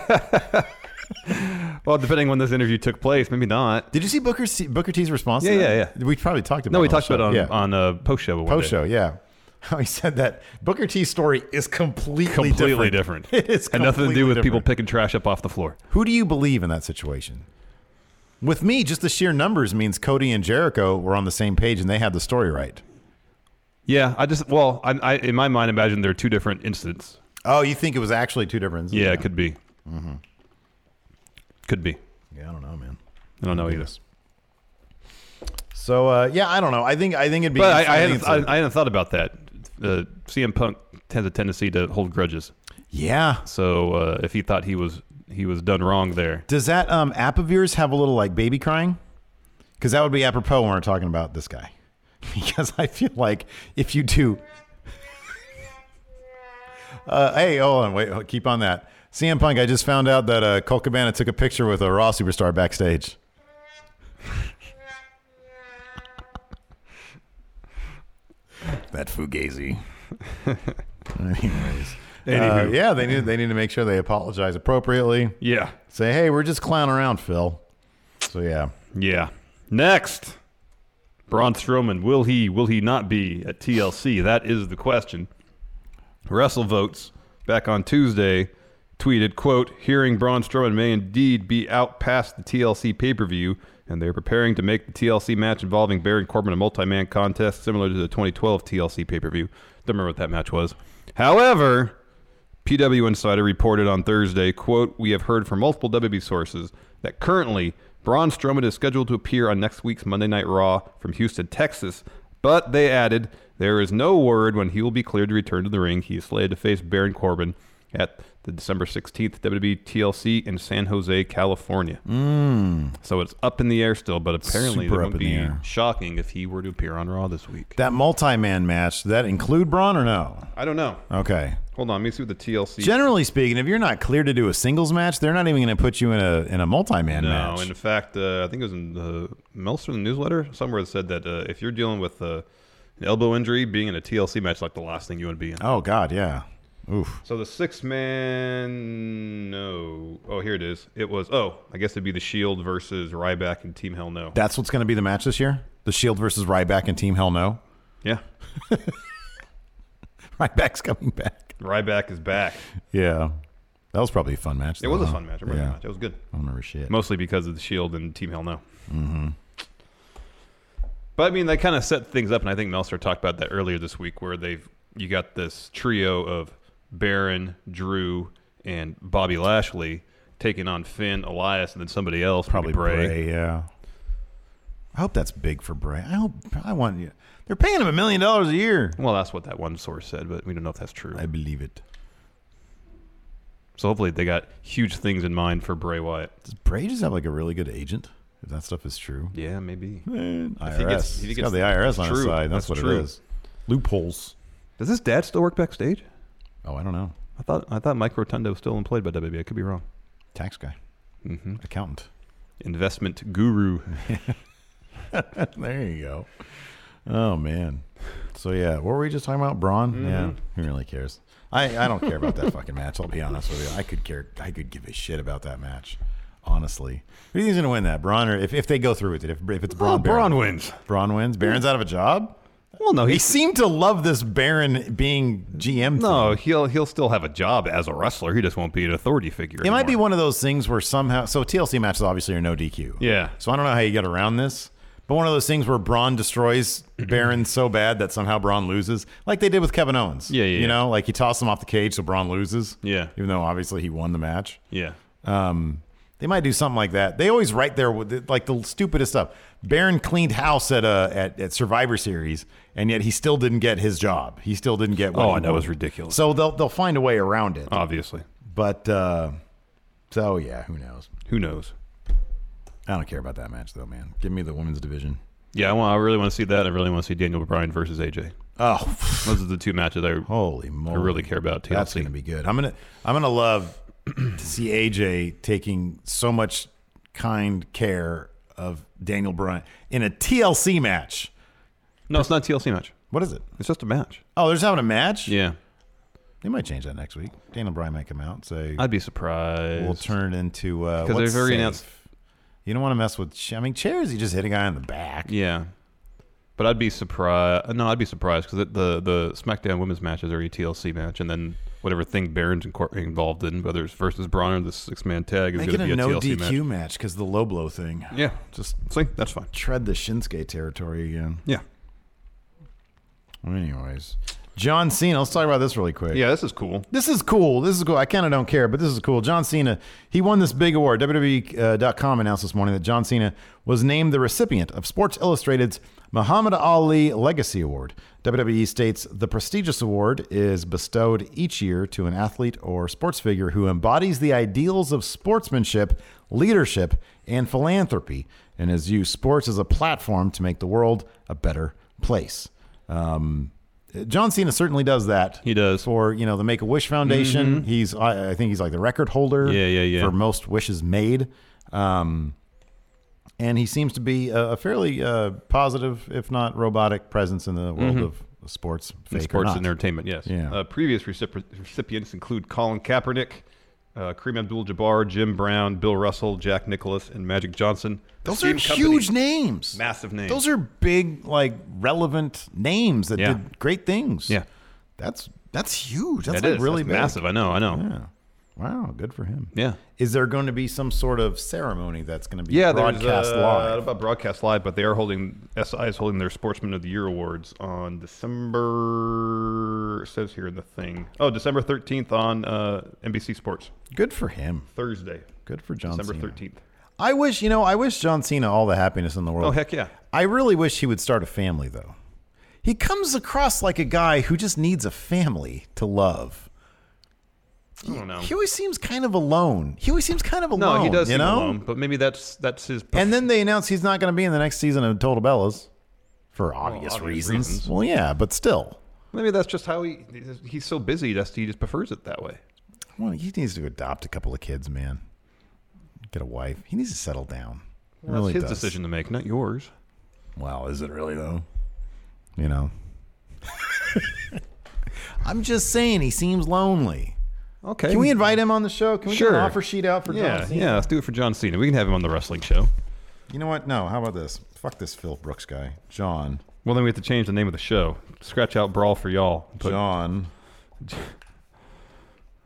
M: Well, depending when this interview took place, maybe not.
L: Did you see Booker C, Booker T's response?
M: Yeah,
L: to that?
M: yeah, yeah.
L: We probably talked about.
M: No, we
L: it on the
M: talked about it
L: show.
M: on
L: Yeah.
M: on a post show.
L: post show. Yeah, how he said that Booker T's story is completely
M: completely
L: different. It
M: different.
L: is
M: had nothing to
L: completely
M: do with people
L: different.
M: picking trash up off the floor.
L: Who do you believe in that situation? With me, just the sheer numbers means Cody and Jericho were on the same page and they had the story right.
M: Yeah, I just well, I, I in my mind imagine there are two different incidents.
L: Oh, you think it was actually two different? incidents?
M: Yeah, it could be.
L: Mm-hmm.
M: Could be.
L: Yeah, I don't know, man.
M: I don't know either.
L: So uh, yeah, I don't know. I think I think it'd be.
M: But I, I,
L: think
M: hadn't,
L: it's
M: I,
L: a-
M: I hadn't thought about that. Uh, CM Punk has a tendency to hold grudges.
L: Yeah.
M: So uh, if he thought he was he was done wrong there,
L: Does that um, app of yours have a little like baby crying? Because that would be apropos when we're talking about this guy. Because I feel like if you do, uh, hey, hold on, wait, keep on that. CM Punk, I just found out that uh, Colt Cabana took a picture with a Raw superstar backstage. that fugazi. Anyways,
M: Anywho.
L: Uh, yeah, they need they need to make sure they apologize appropriately.
M: Yeah.
L: Say, hey, we're just clowning around, Phil. So yeah.
M: Yeah. Next, Braun Strowman will he will he not be at TLC? That is the question. Wrestle votes back on Tuesday tweeted quote hearing Braun Strowman may indeed be out past the TLC pay per view and they're preparing to make the TLC match involving Baron Corbin a multi man contest similar to the 2012 TLC pay per view. Don't remember what that match was. However, PW Insider reported on Thursday, quote, we have heard from multiple WB sources that currently Braun Strowman is scheduled to appear on next week's Monday Night Raw from Houston, Texas, but they added there is no word when he will be cleared to return to the ring. He is slated to face Baron Corbin at the December 16th WWE TLC in San Jose, California.
L: Mm.
M: So it's up in the air still, but apparently
L: Super up
M: it
L: in
M: would
L: the
M: be
L: air.
M: shocking if he were to appear on Raw this week.
L: That multi-man match, did that include Braun or no?
M: I don't know.
L: Okay.
M: Hold on, let me see what the TLC
L: Generally speaking, if you're not clear to do a singles match, they're not even going to put you in a in a multi-man
M: no,
L: match.
M: in fact, uh, I think it was in the Meltzer newsletter somewhere it said that uh, if you're dealing with uh, an elbow injury, being in a TLC match is like the last thing you want to be in.
L: oh God, yeah. Oof.
M: So the six man, no. Oh, here it is. It was, oh, I guess it'd be the Shield versus Ryback and Team Hell No.
L: That's what's going to be the match this year. The Shield versus Ryback and Team Hell No.
M: Yeah.
L: Ryback's coming back.
M: Ryback is back.
L: Yeah. That was probably a fun match.
M: It
L: though,
M: was a
L: huh?
M: fun match. I remember
L: Uh-huh. Yeah.
M: that match. It was good.
L: I don't remember shit.
M: Mostly because of the Shield and Team Hell No.
L: hmm
M: But I mean, they kind of set things up, and I think Meltzer talked about that earlier this week, where they've you got this trio of Baron, Drew, and Bobby Lashley taking on Finn, Elias, and then somebody else, probably Bray.
L: yeah. I hope that's big for Bray. I hope I want you. They're paying him a million dollars a year.
M: Well, that's what that one source said, but we don't know if that's true. I
L: believe it.
M: So hopefully they got huge things in mind for Bray Wyatt.
L: Does Bray just have like a really good agent? If that stuff is true.
M: Yeah, maybe.
L: Man,
M: Eh, If
L: IRS.
M: he gets- if he
L: He's
M: gets-
L: got the IRS on his
M: true.
L: side. That's,
M: That's
L: what
M: true.
L: it is. Loopholes.
M: Does his dad still work backstage?
L: Oh, I don't know.
M: I thought I thought Mike Rotundo was still employed by WB. I could be wrong.
L: Tax guy.
M: Mm-hmm.
L: Accountant.
M: Investment guru.
L: there you go. Oh man. So yeah, what were we just talking about? Braun? Yeah.
M: Mhm.
L: Who really cares? I, I don't care about that fucking match, I'll be honest with you. I could care I could give a shit about that match. Honestly. Who do you think's gonna win that? Braun or if, if they go through with it, if, if it's Braun
M: Oh, Braun
L: Baron.
M: wins.
L: Braun wins. Baron's out of a job?
M: Well no,
L: They
M: he's
L: seem to love this Baron being GM.
M: No, he'll he'll still have a job as a wrestler. He just won't be an authority figure.
L: It might be one of those things where somehow so TLC matches obviously are no DQ.
M: Yeah.
L: So I don't know how you get around this, But one of those things where Braun destroys Baron so bad that somehow Braun loses, like they did with Kevin Owens.
M: Yeah, yeah,
L: You
M: yeah.
L: know, like he tossed him off the cage so Braun loses.
M: Yeah.
L: Even though obviously he won the match.
M: Yeah.
L: Um, they might do something like that. They always write their like the stupidest stuff. Baron cleaned house at uh at, at Survivor Series, and yet he still didn't get his job. He still didn't get. What
M: Oh,
L: he
M: I know, it was
L: wanted.
M: ridiculous.
L: So they'll they'll find a way around it,
M: obviously.
L: But uh, so yeah, who knows?
M: Who knows?
L: I don't care about that match though, man. Give me the women's division.
M: Yeah, I, want, I really want to see that. I really want to see Daniel Bryan versus AJ.
L: Oh,
M: those are the two matches I
L: holy
M: I really care about. TLC.
L: Oh, That's gonna be good. I'm gonna I'm gonna love to see AJ taking so much kind care of Daniel Bryan in a TLC match.
M: No, it's not a TLC match.
L: What is it?
M: It's just a match.
L: Oh, they're just having a match.
M: Yeah,
L: They might change that next week. Daniel Bryan might come out and say
M: I'd be surprised.
L: we'll turn it into uh,
M: Because
L: what's
M: they've already
L: safe?
M: announced-
L: You don't want to mess with. Ch- I mean, chairs. You just hit a guy in the back.
M: Yeah, but I'd be surprised. No, I'd be surprised because the the SmackDown Women's match is already a TLC match, and then whatever thing Baron's incor- involved in, whether it's versus Braun or the six man tag, is
L: Make
M: going
L: it
M: to
L: a,
M: be a
L: no
M: TLC
L: DQ
M: match.
L: match because the low blow thing.
M: Yeah,
L: just
M: see that's fine.
L: Tread the Shinsuke territory again.
M: Yeah.
L: Well, anyways, John Cena. Let's talk about this really quick.
M: Yeah, this is cool.
L: This is cool. This is cool. I kind of don't care, but this is cool. John Cena, he won this big award. E, WWE.com uh, announced this morning that John Cena was named the recipient of Sports Illustrated's Muhammad Ali Legacy Award. WWE states the prestigious award is bestowed each year to an athlete or sports figure who embodies the ideals of sportsmanship, leadership, and philanthropy and has used sports as a platform to make the world a better place. Um, John Cena certainly does that. He
M: does
L: for you know the Make a Wish Foundation.
M: Mhm.
L: He's I, I think he's like the record holder.
M: Yeah, yeah, yeah.
L: For most wishes made, um, and he seems to be a, a fairly uh, positive, if not robotic, presence in the world
M: Mhm.
L: of sports,
M: In
L: fake or
M: sports
L: not.
M: and entertainment. Yes.
L: Yeah.
M: Uh, previous recipro- recipients include Colin Kaepernick, uh, Kareem Abdul-Jabbar, Jim Brown, Bill Russell, Jack Nicholas, and Magic Johnson.
L: Those
M: The
L: are
M: same company-
L: huge names.
M: Massive names.
L: Those are big, like relevant names that
M: Yeah.
L: did great things.
M: Yeah.
L: That's that's huge. That's
M: That
L: like
M: is.
L: really
M: That's
L: big.
M: massive. I know. I know.
L: Yeah. Wow. Good for him.
M: Yeah.
L: Is there going to be some sort of ceremony that's going to be
M: Yeah, there's,
L: broadcast
M: uh,
L: live?
M: I don't know about broadcast live, but they are holding SI is holding their Sportsman of the Year awards on December. it Says here in the thing. Oh, December thirteenth on uh, NBC Sports
L: Good for him.
M: Thursday.
L: Good for John
M: December
L: Cena.
M: thirteenth.
L: I wish, you know, I wish John Cena all the happiness in the world.
M: Oh, heck yeah.
L: I really wish he would start a family though. He comes across like a guy who just needs a family to love.
M: I don't know.
L: He always seems kind of alone. He always seems kind of alone.
M: no, he does
L: you
M: seem
L: know?
M: alone, but maybe that's that's his.
L: And then they announce he's not going to be in the next season of Total Bellas for obvious, reasons.
M: reasons.
L: Well, yeah, but still.
M: Maybe that's just how he he's so busy that he just prefers it that way.
L: Well, he needs to adopt a couple of kids, man. Get a wife. He needs to settle down. It
M: Well,
L: really
M: it's his
L: does.
M: decision to make, not yours.
L: Wow, is it really though? You know. I'm just saying he seems lonely.
M: Okay.
L: Can we invite him on the show? Can we get
M: Sure.
L: an offer sheet out for
M: yeah,
L: John Cena?
M: yeah. Let's do it for John Cena. We can have him on the wrestling show.
L: You know what? No, how about this? Fuck this Phil Brooks guy. John.
M: Well, then we have to change the name of the show. Scratch out Brawl for y'all. Put-
L: John.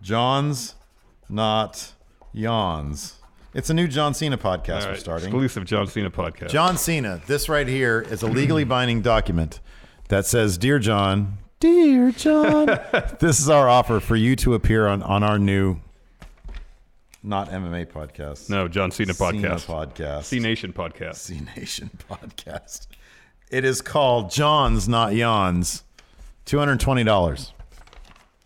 L: John's not yawns. It's a new John Cena podcast
M: All
L: we're
M: right,
L: starting.
M: Exclusive John Cena podcast.
L: John Cena, this right here is a legally binding document that says, Dear John, Dear John. this is our offer for you to appear on, on our new not MMA podcast.
M: No, John Cena podcast.
L: podcast.
M: C Nation podcast.
L: C Nation podcast. It is called John's Not Yawns. Two hundred twenty dollars.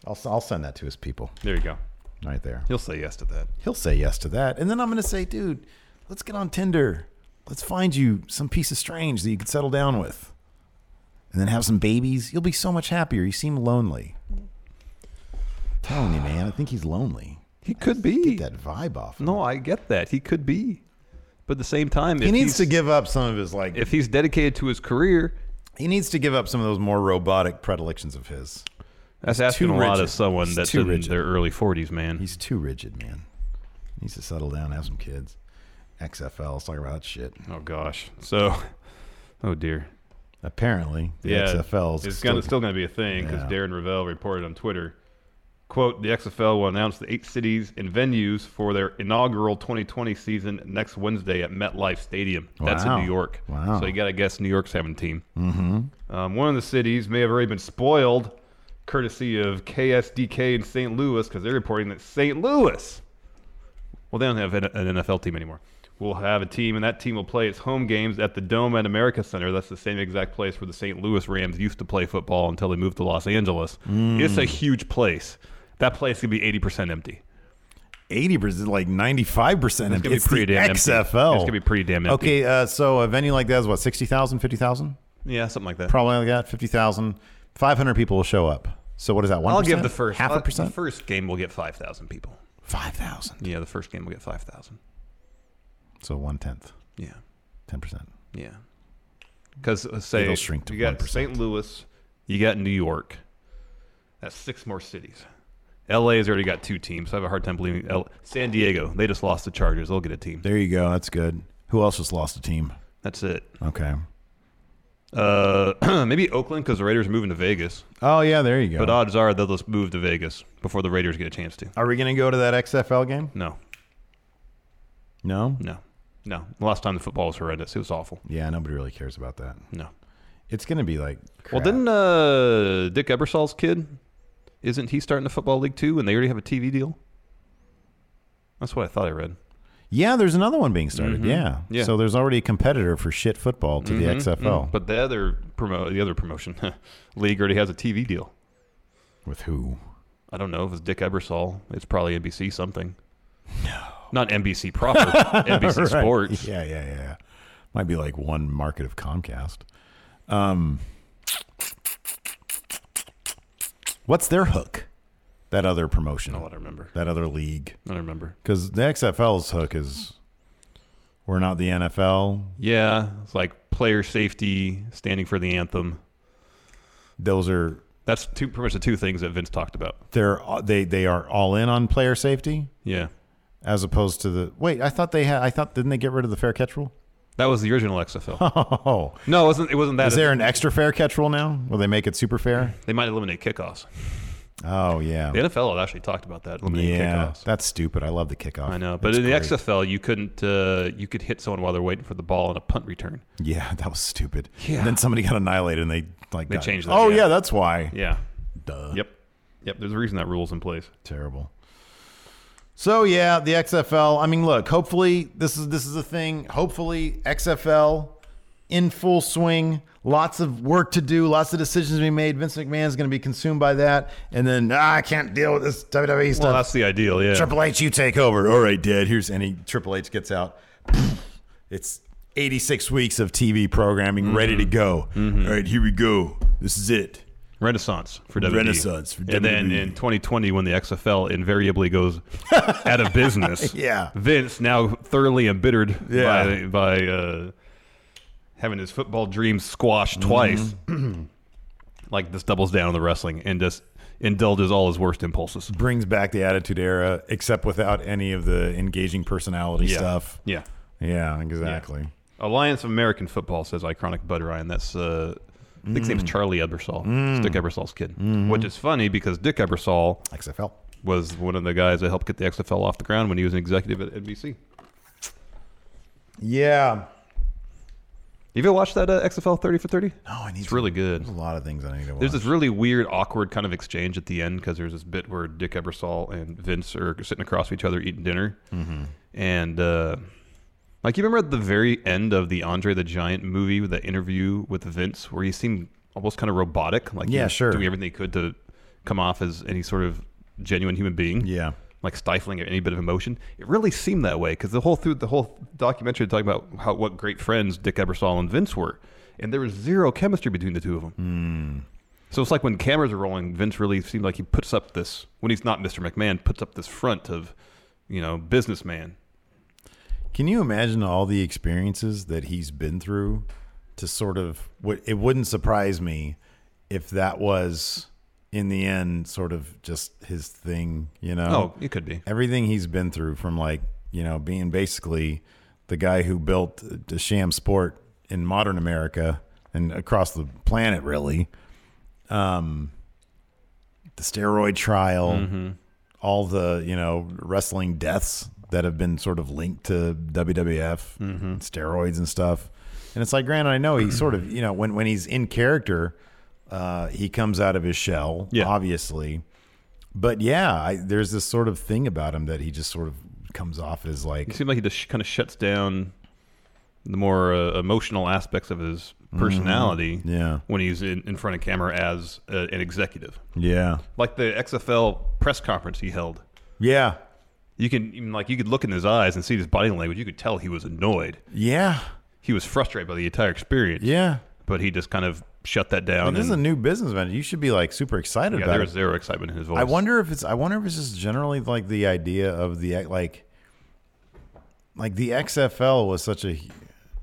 L: I'll I'll send that to his people.
M: There you go.
L: Right there.
M: He'll say yes to that.
L: He'll say yes to that, and then I'm going to say, dude, let's get on Tinder. Let's find you some piece of strange that you could settle down with, and then have some babies. You'll be so much happier. You seem lonely. telling you, man. I think he's lonely.
M: He could be.
L: Get that vibe off.
M: No, I get that. He could be. But at the same time,
L: He
M: if
L: needs
M: he's-
L: to give up some of his like.
M: If he's dedicated to his career,
L: he needs to give up some of those more robotic predilections of his.
M: That's
L: He's
M: asking
L: too
M: a lot
L: rigid.
M: of someone
L: He's
M: that's
L: too
M: in
L: rigid.
M: their early 40s, man.
L: He's too rigid, man. He needs to settle down, have some kids. XFL. Let's talk about that shit.
M: Oh gosh. So, oh dear.
L: Apparently, the XFL's
M: It's gonna, still going to be a thing because
L: Yeah.
M: Darren Ravel reported on Twitter Quote, the XFL will announce the eight cities and venues for their inaugural 2020 season next Wednesday at MetLife Stadium. That's
L: Wow.
M: in New York.
L: Wow.
M: So you got to guess New York's having a team.
L: Mm-hmm.
M: Um, one of the cities may have already been spoiled, courtesy of KSDK in St. Louis, because they're reporting that St. Louis, well, they don't have an an NFL team anymore. Will have a team, and that team will play its home games at the Dome at America Center. That's the same exact place where the St. Louis Rams used to play football until they moved to Los Angeles.
L: Mm.
M: It's a huge place. That place could be eighty percent empty.
L: Eighty percent, like ninety-five percent.
M: It's gonna be pretty damn empty.
L: XFL.
M: It's gonna be pretty damn empty.
L: Okay, uh, so a venue like that is what 60,000, 50,000?
M: Yeah, something like that.
L: Probably like that. 50,000. 500 people will show up. So what is that? One.
M: I'll give the first
L: half
M: I'll-
L: a percent.
M: The first game will get five thousand people.
L: Five thousand.
M: Yeah, the first game will get five thousand.
L: So one tenth.
M: Yeah.
L: Ten percent.
M: Yeah. Because uh, say
L: It'll shrink to
M: you got St. Louis, you got New York. That's six more cities. LA's already got two teams. I have a hard time believing. L- San Diego, they just lost the Chargers. They'll get a team.
L: There you go. That's good. Who else just lost a team?
M: That's it.
L: Okay.
M: Uh, maybe Oakland because the Raiders are moving to Vegas.
L: Oh yeah, there you go.
M: But uh, odds are they'll just move to Vegas before the Raiders get a chance to.
L: Are we gonna go to that XFL game?
M: No,
L: No.
M: no, no. Last time the football was horrendous. It was awful.
L: Yeah, nobody really cares about that.
M: No.
L: It's gonna be like
M: Well, didn't uh, Dick Ebersol's kid? Isn't he starting the football league too? And they already have a TV deal. That's what I thought I read.
L: yeah, there's another one being started.
M: Mhm.
L: Yeah.
M: Yeah.
L: So there's already a competitor for shit football to
M: Mhm,
L: the XFL.
M: mhm. But the other promo, the other promotion league already has a TV deal.
L: With who?
M: I don't know. If it's Dick Ebersol, it's probably NBC something. No, not NBC proper. NBC
L: Right.
M: Sports.
L: Yeah, yeah, yeah, yeah. Might be like one market of Comcast. Um, what's their hook? That other promotion. Oh, I
M: don't remember.
L: That other league.
M: I don't remember.
L: Because the XFL's hook is we're not the NFL.
M: Yeah, it's like player safety, standing for the anthem.
L: Those are
M: that's two pretty much the two things that Vince talked about.
L: They're they they are all in on player safety.
M: Yeah.
L: As opposed to the wait, I thought they had. I thought didn't they get rid of the fair catch rule?
M: That was the original XFL.
L: Oh,
M: No, it wasn't. It wasn't that.
L: is there an extra fair catch rule now? Will they make it super fair?
M: They might eliminate kickoffs.
L: Oh yeah,
M: The NFL had actually talked about that. Eliminating
L: yeah.
M: kickoffs.
L: That's stupid. I love the kickoff.
M: I know, but
L: It's
M: in the
L: great.
M: XFL, you couldn't. Uh, you could hit someone while they're waiting for the ball on a punt return.
L: Yeah, that was stupid.
M: Yeah.
L: And then somebody got annihilated, and they like
M: They
L: got-
M: changed that,
L: Oh
M: yeah.
L: yeah. that's why.
M: Yeah.
L: Duh.
M: Yep. Yep. There's a reason that rule's in place.
L: Terrible. So yeah, the XFL. I mean, look. Hopefully, this is this is a thing. Hopefully, XFL in full swing. Lots of work to do. Lots of decisions to be made. Vince McMahon's going to be consumed by that. And then ah, I can't deal with this WWE stuff.
M: Well, that's the ideal. Yeah.
L: Triple H, you take over. All right, Dad. Here's any Triple H gets out. It's 86 weeks of TV programming ready to go. All right, here we go. This is it.
M: Renaissance for WWE.
L: Renaissance for
M: And then
L: WWE.
M: in 2020, when the XFL invariably goes out of business,
L: Yeah.
M: Vince, now thoroughly embittered
L: Yeah.
M: by, by uh, having his football dreams squashed twice,
L: Mm-hmm.
M: like this doubles down on the wrestling and just indulges all his worst impulses.
L: Brings back the Attitude Era, except without any of the engaging personality
M: Yeah.
L: stuff.
M: Yeah.
L: Yeah, exactly.
M: Alliance of American Football says iconic Bud Ryan. That's uh, I think his
L: Mm.
M: name's Charlie Ebersol.
L: Mm.
M: It's Dick Ebersol's kid,
L: Mhm.
M: which is funny because Dick Ebersol
L: XFL
M: was one of the guys that helped get the XFL off the ground when he was an executive at NBC.
L: Yeah.
M: You ever watched that uh, XFL 30 for 30? No,
L: I need
M: It's really good. There's
L: a lot of things I need to watch.
M: There's this really weird, awkward kind of exchange at the end because there's this bit where Dick Ebersol and Vince are sitting across from each other eating dinner.
L: Mhm.
M: And, uh, like, you remember at the very end of the Andre the Giant movie, with that interview with Vince, where he seemed almost kind of robotic? Like, he
L: Yeah,
M: was
L: sure.
M: Doing everything he could to come off as any sort of genuine human being.
L: Yeah.
M: Like stifling any bit of emotion. It really seemed that way because the whole through the whole documentary talking about how what great friends Dick Ebersol and Vince were, and there was zero chemistry between the two of them. So it's like when cameras are rolling, Vince really seemed like he puts up this when he's not Mr. McMahon, puts up this front of, you know, businessman.
L: Can you imagine all the experiences that he's been through to sort of what it wouldn't surprise me if that was in the end sort of just his thing, you know?
M: Oh, it could be.
L: Everything he's been through from like, you know, being basically the guy who built the sham sport in modern America and across the planet really. Um the steroid trial, all the you know wrestling deaths that have been sort of linked to WWF steroids and stuff. And it's like, granted, I know he sort of you know when when he's in character, uh, he comes out of his shell, obviously. But yeah, I, there's this sort of thing about him that he just sort of comes off as like
M: It seemed like he just sh- kind of shuts down the more uh, emotional aspects of his personality
L: Mm-hmm. Yeah.
M: when he's in, in front of camera as a, an executive.
L: Yeah.
M: Like the XFL press conference he held.
L: Yeah.
M: You can even like you could look in his eyes and see his body language. You could tell he was annoyed.
L: Yeah.
M: He was frustrated by the entire experience.
L: Yeah.
M: But he just kind of shut that down.
L: Like, this is a
M: and-
L: new business man. You should be like super excited
M: yeah,
L: about
M: there
L: it.
M: was zero excitement in his voice.
L: I wonder if it's. I wonder if it's just generally like the idea of the like, like the XFL was such a hu-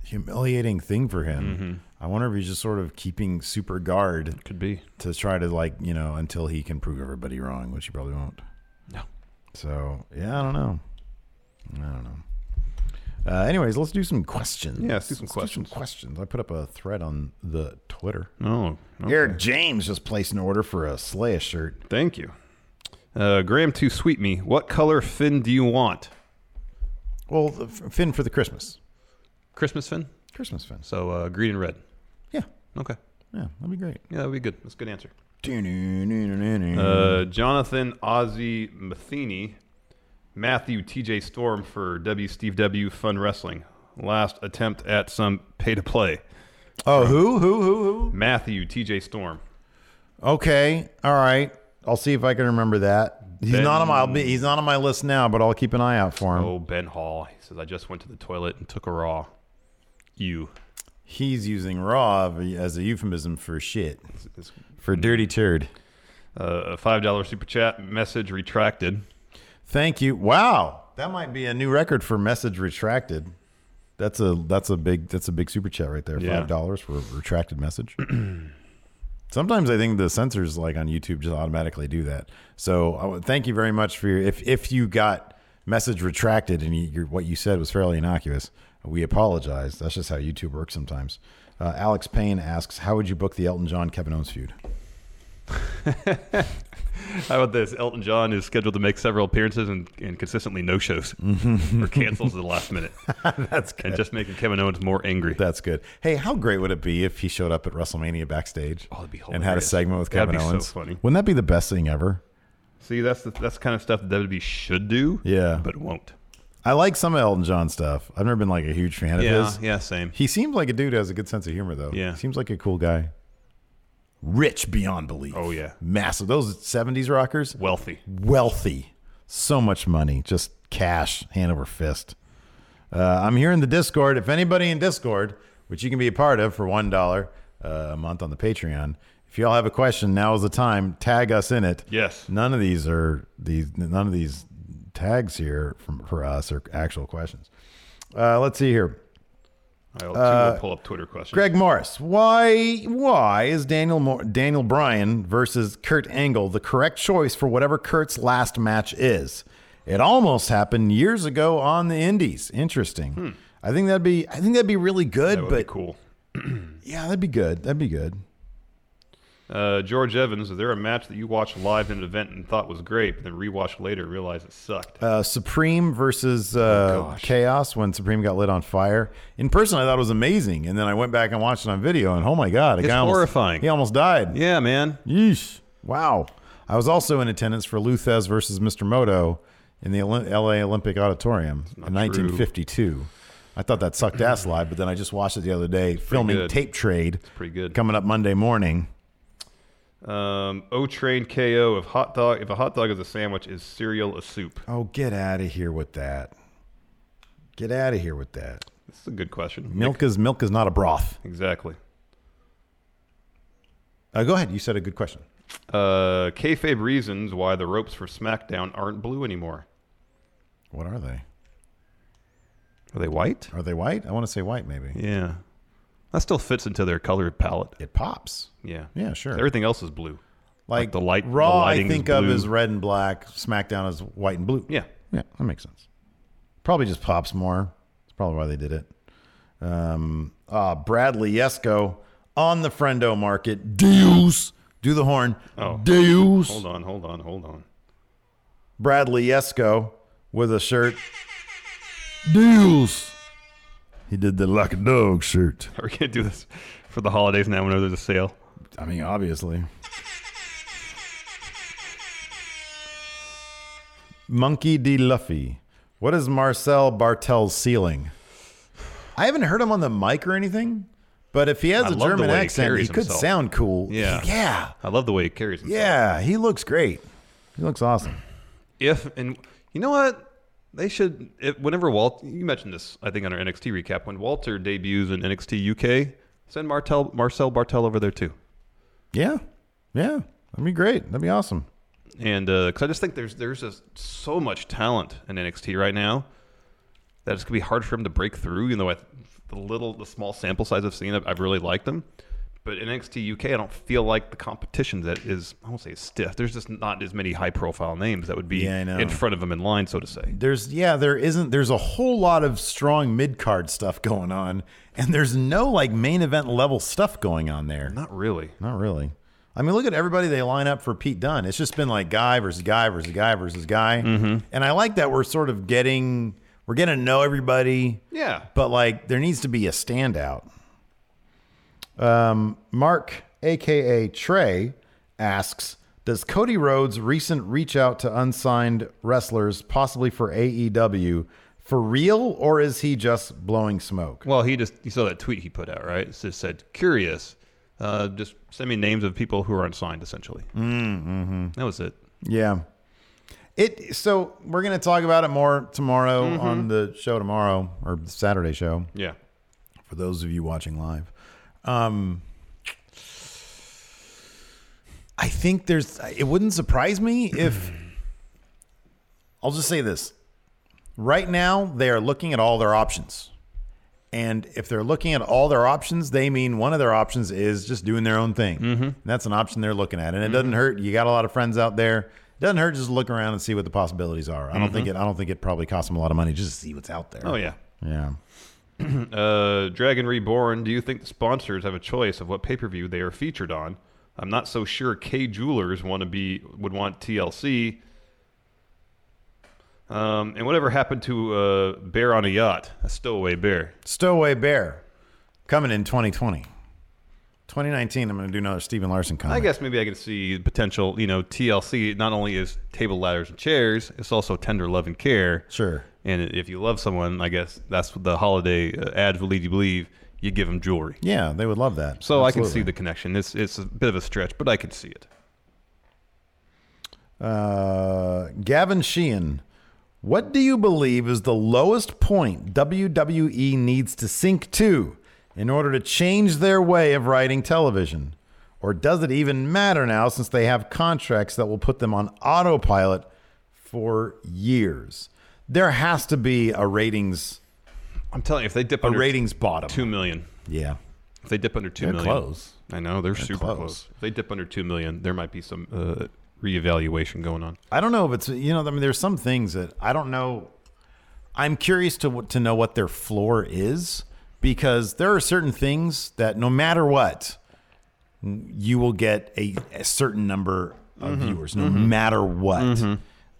L: humiliating thing for him.
M: Mm-hmm.
L: I wonder if he's just sort of keeping super guard.
M: Could be
L: to try to like you know until he can prove everybody wrong, which he probably won't.
M: No.
L: So yeah, I don't know. I don't know. Uh, anyways, let's do some questions.
M: Yeah, let's do some
L: questions. questions. I put up a thread on the Twitter.
M: Oh,
L: Eric James just placed an order for a Slayer shirt.
M: Thank you. Uh, Graham Two Sweet Me, what color fin do you want?
L: Well, the f- fin for the Christmas.
M: Christmas fin?
L: Christmas fin.
M: So uh, green and red.
L: Yeah.
M: Okay.
L: Yeah, that'd be great.
M: Yeah, that'd be good. That's a good answer. Uh,
L: Uh,
M: Jonathan Ozzy Matheny, Matthew TJ Storm for W Steve W Fun Wrestling. Last attempt at some pay to play.
L: oh, who, who, who, who?
M: Matthew TJ Storm.
L: Okay, all right. I'll see if I can remember that. He's
M: Ben-
L: not on my. I'll be, he's not on my list now, but I'll keep an eye out for him.
M: Oh, Ben Hall. He says I just went to the toilet and took a raw. You.
L: He's using raw as a euphemism for shit,
M: It's-
L: for dirty turd.
M: Uh, a five dollar super chat message retracted.
L: Thank you. Wow, that might be a new record for message retracted. That's a that's a big that's a big super chat right there.
M: Yeah.
L: Five dollars for a retracted message. Sometimes I think the censors like on YouTube just automatically do that. So I would- thank you very much for your if if you got message retracted and you, your, what you said was fairly innocuous, we apologize. That's just how YouTube works sometimes. Uh, Alex Payne asks, "How would you book the Elton John Kevin Owens feud?"
M: How about this? Elton John is scheduled to make several appearances and, and consistently no shows or cancels at the last minute.
L: That's good.
M: And just making Kevin Owens more angry.
L: That's good. Hey, how great would it be if he showed up at WrestleMania backstage oh, that'd
M: be
L: and had a
M: hilarious.
L: segment with Kevin
M: That'd be so
L: Owens?
M: funny.
L: Wouldn't that be the best thing ever?
M: See, that's the, that's the kind of stuff that WWE should do.
L: Yeah.
M: But won't.
L: I like some of Elton John stuff. I've never been like a huge fan
M: Yeah,
L: of his.
M: yeah, same.
L: He seems like a dude who has a good sense of humor though.
M: Yeah.
L: He seems like a cool guy. Rich beyond belief.
M: Oh, yeah.
L: Massive. Those 70s rockers.
M: Wealthy.
L: Wealthy. So much money. Just cash, hand over fist. Uh, I'm here in the Discord. If anybody in Discord, which you can be a part of for $1 uh, a month on the Patreon, if y'all have a question, now is the time. Tag us in it.
M: Yes.
L: None of these are these. None of these tags here from for us are actual questions. Uh, let's see here.
M: I'll
L: Uh,
M: pull up Twitter questions.
L: Greg Morris, why why is Daniel Mor- Daniel Bryan versus Kurt Angle the correct choice for whatever Kurt's last match is? It almost happened years ago on the Indies. Interesting. I think that'd be I think that'd be really good,
M: Hmm. That would
L: but
M: be cool.
L: yeah, that'd be good. That'd be good.
M: Uh, George Evans, is there a match that you watched live in an event and thought was great, but then rewatched later and realized it sucked?
L: Uh, Supreme
M: Oh,
L: versus uh, Chaos when Supreme got lit on fire. In person, I thought it was amazing, and then I went back and watched it on video, and oh my god, a
M: It's
L: guy almost-
M: horrifying.
L: he almost died.
M: Yeah, man.
L: Yeesh. Wow. I was also in attendance for Luthez versus Mr. Moto in the Olymp- LA Olympic Auditorium in 1952. I thought that sucked ass live, but then I just watched it the other day, filming
M: good.
L: tape trade.
M: pretty good.
L: Coming up Monday morning.
M: Um, o Train KO, if hot dog, if a hot dog is a sandwich, is cereal a soup?
L: Oh, get out of here with that. Get out of here with that.
M: This is a good question.
L: Milk is milk is not a broth.
M: Exactly.
L: Uh, go ahead. You said a good question.
M: Uh, kayfabe reasons why the ropes for SmackDown aren't blue anymore.
L: What are they?
M: Are they white?
L: Are they white? I want to say white, maybe.
M: Yeah, that still fits into their color palette.
L: It pops.
M: Yeah.
L: Yeah, sure.
M: Everything else is blue.
L: Like,
M: the light. the
L: Raw, I
M: lighting is
L: think of
M: blue.
L: as red and black. SmackDown is white and blue.
M: Yeah.
L: Yeah, that makes sense. Probably just pops more. That's probably why they did it. ah, Um, uh, Bradley Yesko on the friendo market. Deals. Do the horn.
M: Oh.
L: Deus.
M: Hold on, hold on, hold on.
L: Bradley Esco with a shirt. Deals. He did the like a dog shirt.
M: Are we gonna do this for the holidays now whenever there's a sale?
L: I mean, obviously. Monkey D. Luffy. What is Marcel Bartel's ceiling? I haven't heard him on the mic or anything, but if he has
M: I
L: a
M: love the
L: German
M: way he
L: accent, he
M: carries
L: could
M: himself.
L: sound cool.
M: Yeah.
L: Yeah.
M: I love the way he carries himself.
L: Yeah. He looks great. He looks awesome.
M: If and you know what? They should if, whenever Walt you mentioned this, I think on our NXT recap, when Walter debuts in NXT UK, send Martel Marcel Bartel over there too.
L: Yeah. Yeah. That'd be great. That'd be awesome.
M: And because I just think there's there's just so much talent in NXT right now that it's gonna be hard for him to break through. You know, I, the little the small sample size I've seen, I've, I've really liked them. But in NXT UK, I don't feel like the competition that is I won't say is stiff. There's just not as many high profile names that would be
L: Yeah, I know.
M: in front of him in line, so to say.
L: There's yeah, there isn't there's a whole lot of strong mid card stuff going on, and there's no like main event level stuff going on there.
M: Not really.
L: Not really. I mean, look at everybody they line up for Pete Dunne. It's just been like guy versus guy versus guy versus guy. And I like that we're sort of getting we're getting to know everybody.
M: Yeah.
L: But like there needs to be a standout. Um, Mark, aka Trey, asks, does Cody Rhodes' recent reach out to unsigned wrestlers, possibly for AEW, for real, or is he just blowing smoke?
M: Well, he just you saw that tweet he put out, right? It just said curious. Uh, just send me names of people who are unsigned, essentially. Mm,
L: Mm-hmm.
M: That was it.
L: Yeah. It so we're gonna talk about it more tomorrow on the show tomorrow or the Saturday show.
M: Yeah.
L: For those of you watching live. Um I think there's it wouldn't surprise me if I'll just say this. Right now they are looking at all their options. And if they're looking at all their options, they mean one of their options is just doing their own thing.
M: Mm-hmm.
L: And that's an option they're looking at. And it doesn't hurt. You got a lot of friends out there. It doesn't hurt just to look around and see what the possibilities are. I don't think
M: Mhm.
L: it I don't think it probably costs them a lot of money just to see what's out there.
M: Oh yeah.
L: Yeah.
M: uh, Dragon Reborn. Do you think the sponsors have a choice of what pay per view they are featured on? I'm not so sure. K Jewelers want to be would want TLC. Um, and whatever happened to uh, Bear on a Yacht, a stowaway bear?
L: Stowaway Bear coming in 2020. 2019, I'm going to do another Steven Larson
M: I
L: comic.
M: guess maybe I can see potential. You know, TLC not only is table ladders and chairs, it's also tender love and care.
L: Sure.
M: And if you love someone, I guess that's what the holiday uh, ads will lead you to believe. You give them jewelry.
L: Yeah, they would love that.
M: So I can
L: Absolutely.
M: see the connection. It's it's a bit of a stretch, but I can see it.
L: Uh, Gavin Sheehan, what do you believe is the lowest point WWE needs to sink to in order to change their way of writing television? Or does it even matter now since they have contracts that will put them on autopilot for years? There has to be a ratings.
M: I'm telling you, if they dip
L: a
M: under
L: ratings bottom,
M: two million.
L: Yeah.
M: If they dip under two
L: They're
M: million,
L: close.
M: I know they're,
L: They're
M: super
L: close.
M: close. If they dip under two million, there might be some uh, reevaluation going on.
L: I don't know if it's you know I mean there's some things that I don't know. I'm curious to to know what their floor is because there are certain things that no matter what you will get a, a certain number of
M: Mm-hmm.
L: viewers no matter what.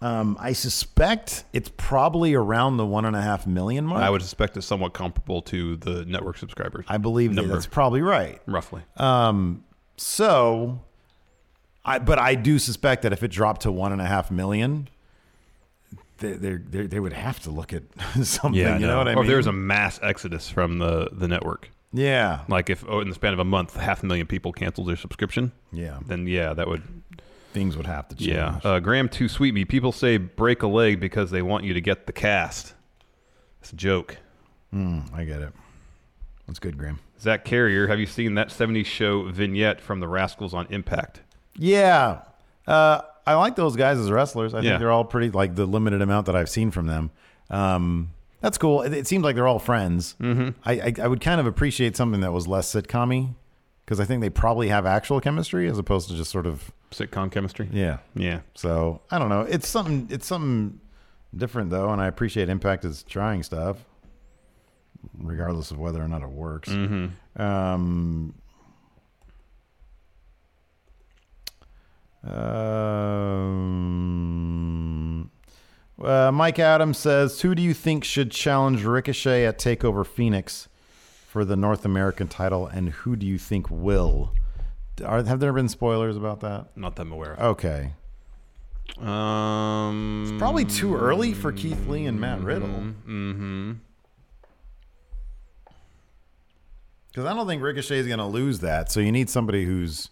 L: Um, I suspect it's probably around the one and a half million mark.
M: I would suspect it's somewhat comparable to the network subscribers. I
L: believe that that's probably right.
M: roughly.
L: Um, so, I but I do suspect that if it dropped to one and a half million, they they they, they would have to look at something.
M: I
L: you know what I mean?
M: Or if there's a mass exodus from the the network.
L: Yeah.
M: Like if oh, in the span of a month, half a million people canceled their subscription.
L: Yeah.
M: Then yeah, that would
L: things would have to change.
M: Yeah. Uh, Graham too sweet me. People say break a leg because they want you to get the cast. It's a joke.
L: Mm, I get it. That's good, Graham.
M: Zach Carrier, have you seen that 70s show vignette from the Rascals on Impact?
L: Yeah. Uh, I like those guys as wrestlers. I
M: Yeah.
L: think they're all pretty like the limited amount that I've seen from them. Um, that's cool. It, it seems like they're all friends. Mm-hmm. I, I I would kind of appreciate something that was less sitcom-y because I think they probably have actual chemistry as opposed to just sort of
M: Sitcom chemistry?
L: Yeah.
M: Yeah.
L: So I don't know. It's something. It's something different though, and I appreciate Impact is trying stuff, regardless of whether or not it works. Um, Um, uh, Mike Adams says, "Who do you think should challenge Ricochet at Takeover Phoenix for the North American title, and who do you think will?" Are, have there been spoilers about that?
M: Not that I'm aware of.
L: Okay,
M: Oh. Um,
L: it's probably too early for Keith Lee and Matt Riddle.
M: Mm-hmm.
L: Because I don't think Ricochet is going to lose that. So you need somebody who's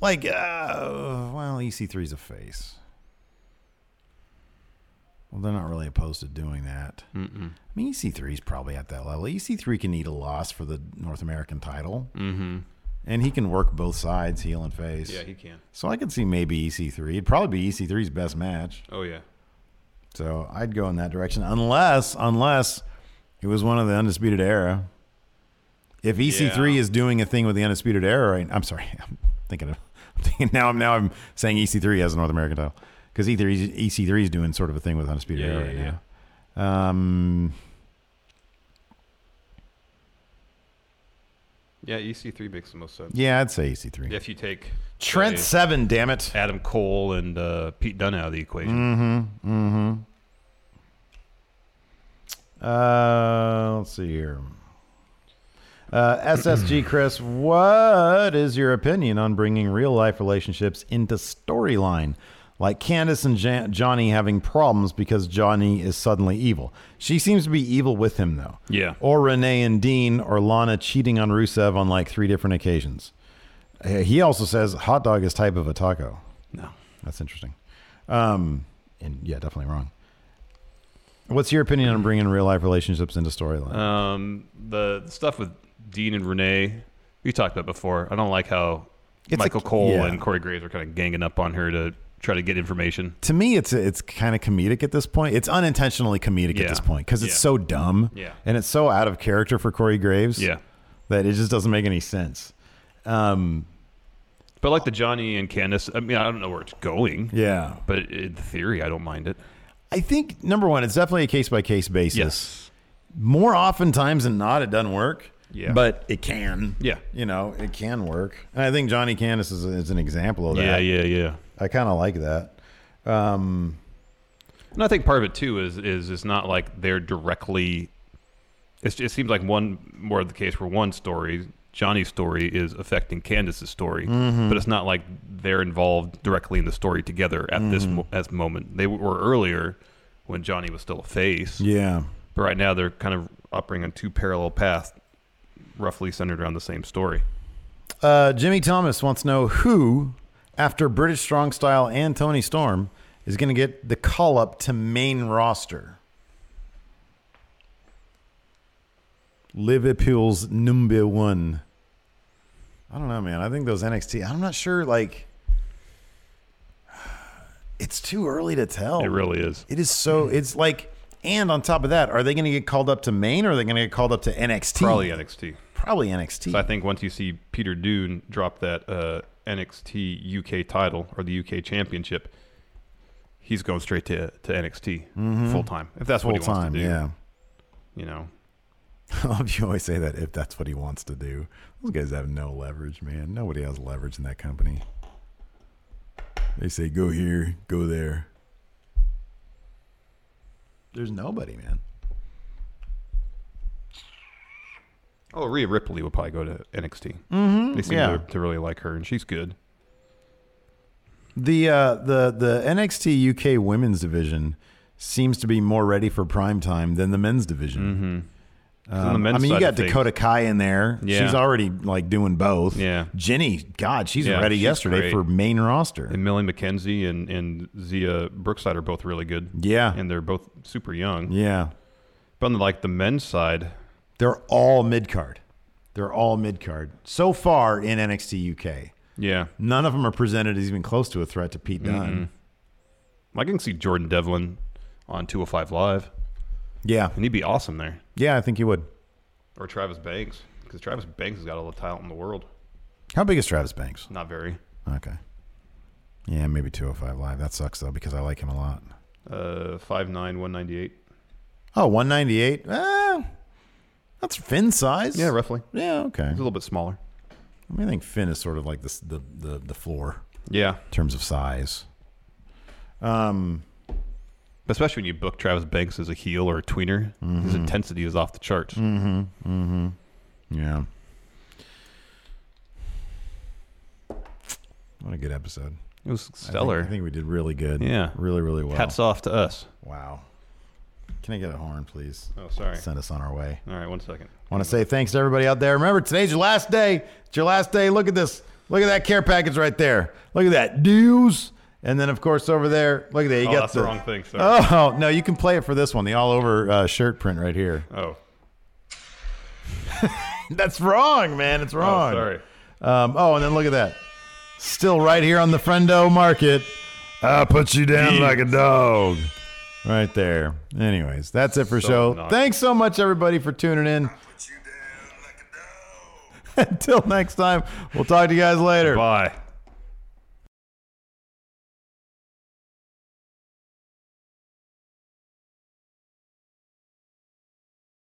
L: like, uh, well, EC3's a face. Well, they're not really opposed to doing that.
M: Mm-mm.
L: I mean, EC3's probably at that level. EC3 can need a loss for the North American title.
M: Mm-hmm.
L: And he can work both sides, heel and face.
M: Yeah, he can.
L: So I could see maybe EC3. It'd probably be EC3's best match.
M: Oh yeah.
L: So I'd go in that direction, unless unless it was one of the Undisputed Era. If EC3
M: Yeah.
L: is doing a thing with the Undisputed Era, right? I'm sorry, I'm thinking of I'm thinking now. I'm now I'm saying EC3 has a North American title E because E3 EC3 is doing sort of a thing with Undisputed
M: Yeah,
L: Era
M: yeah,
L: right
M: yeah.
L: now. Um,
M: Yeah, EC3 makes the most sense.
L: Yeah, I'd say EC3.
M: If you take
L: Trent
M: say,
L: Seven, damn it,
M: Adam Cole and uh, Pete Dunne out of the equation.
L: Mm-hmm. Mm-hmm. Uh, let's see here. Uh, SSG Chris, what is your opinion on bringing real life relationships into storyline? Like Candace and Jan- Johnny having problems because Johnny is suddenly evil. She seems to be evil with him, though.
M: Yeah.
L: Or Renee and Dean or Lana cheating on Rusev on like three different occasions. Uh, He also says hot dog is type of a taco.
M: No.
L: That's interesting. Um, and yeah, definitely wrong. What's your opinion on bringing real life relationships into storyline?
M: Um, the, the stuff with Dean and Renee, we talked about before. I don't like how
L: It's a-
M: Michael Cole
L: yeah.
M: and Corey Graves are kind of ganging up on her to try to get information.
L: To me, it's it's kind of comedic at this point. It's unintentionally comedic
M: Yeah.
L: at this point because it's
M: Yeah.
L: so dumb.
M: Yeah.
L: and it's so out of character for Corey Graves.
M: Yeah.
L: that it just doesn't make any sense. Um,
M: But like the Johnny and Candace, I mean, I don't know where it's going.
L: Yeah.
M: But in theory, I don't mind it.
L: I think number one, it's definitely a case by case basis. More oftentimes than not, it doesn't work.
M: Yeah.
L: But it can.
M: Yeah.
L: You know, it can work. And I think Johnny Candace is, is an example of that.
M: Yeah, yeah, yeah.
L: I kind of like that. Um,
M: And I think part of it too is is it's not like they're directly. It's, it seems like one more of the case where one story, Johnny's story, is affecting Candace's story,
L: Mhm.
M: but it's not like they're involved directly in the story together at this
L: Mhm.
M: mo- as moment. They were earlier when Johnny was still a face.
L: Yeah.
M: but right now they're kind of operating on two parallel paths, roughly centered around the same story.
L: uh, Jimmy Thomas wants to know who, after British Strong Style and Tony Storm, is going to get the call up to main roster. Liverpool's number one. I don't know, man. I think those NXT. I'm not sure. Like, it's too early to tell.
M: It really is.
L: It Oh. is so. It's like, and on top of that, are they going to get called up to main, or are they going to get called up to NXT?
M: Probably NXT.
L: Probably NXT.
M: So I think once you see Peter Dune drop that uh, NXT UK title or the UK Championship, he's going straight to to NXT
L: Mhm.
M: full time. If that's what he wants
L: Full-time,
M: to do,
L: yeah.
M: You know,
L: I love you always say that if that's what he wants to do. Those guys have no leverage, man. Nobody has leverage in that company. They say go here, go there. There's nobody, man.
M: oh Rhea Ripley would probably go to NXT.
L: Mhm,
M: They seem
L: yeah.
M: to, to really like her, and she's good.
L: The uh, the the NXT UK women's division seems to be more ready for prime time than the men's division. Mm-hmm.
M: 'Cause on the men's
L: I mean, you
M: side
L: got
M: of things-
L: Dakota Kai in there.
M: Yeah.
L: She's already like doing both.
M: Yeah.
L: Jenny, God, she's
M: Yeah,
L: ready
M: she's
L: yesterday
M: great.
L: for main roster.
M: And Millie McKenzie and and Zia Brookside are both really good.
L: Yeah.
M: and they're both super young.
L: Yeah.
M: But on the, like the men's side,
L: They're all mid card. They're all mid card so far in NXT UK.
M: yeah,
L: None of them are presented as even close to a threat to Pete Dunne.
M: Mm-mm. I can see Jordan Devlin on 205 Live.
L: Yeah.
M: And he'd be awesome there.
L: Yeah, I think he would.
M: Or Travis Banks, because Travis Banks has got all the talent in the world.
L: How big is Travis Banks?
M: Not very.
L: Okay. Yeah, maybe 205 Live. That sucks, though, because I like him a lot.
M: Uh, 5'9", 198.
L: Oh, 198? Eh, that's Finn size.
M: Yeah, roughly.
L: Yeah, okay.
M: He's a little bit smaller.
L: I mean, I think Finn is sort of like the, the, the, the floor.
M: Yeah.
L: in terms of size. Um,
M: especially when you book Travis Banks as a heel or a tweener, his
L: Mhm.
M: intensity is off the charts.
L: Mm-hmm. Mm-hmm. Yeah. What a good episode.
M: It was
L: I think-
M: stellar.
L: I think, we did really good.
M: Yeah.
L: Really, really well.
M: Hats off to us.
L: Wow. Can I get a horn, please?
M: Oh, sorry.
L: Send us on our way.
M: All right, one second.
L: Want to say thanks to everybody out there. Remember, today's your last day. It's your last day. Look at this. Look at that care package right there. Look at that dues. And then, of course, over there, look at that. You
M: Oh,
L: got
M: that's the wrong thing. Sorry.
L: Oh no, you can play it for this one. The all over uh, shirt print right here.
M: Oh,
L: that's wrong, man. It's wrong.
M: Oh, sorry.
L: Um, oh, and then look at that. Still right here on the friendo market. I put you down
M: Jeez.
L: like a dog. Right there. Anyways, that's it for
M: So
L: show.
M: obnoxious.
L: Thanks so much, everybody, for tuning in. Until next time, we'll talk to you guys later.
M: Bye.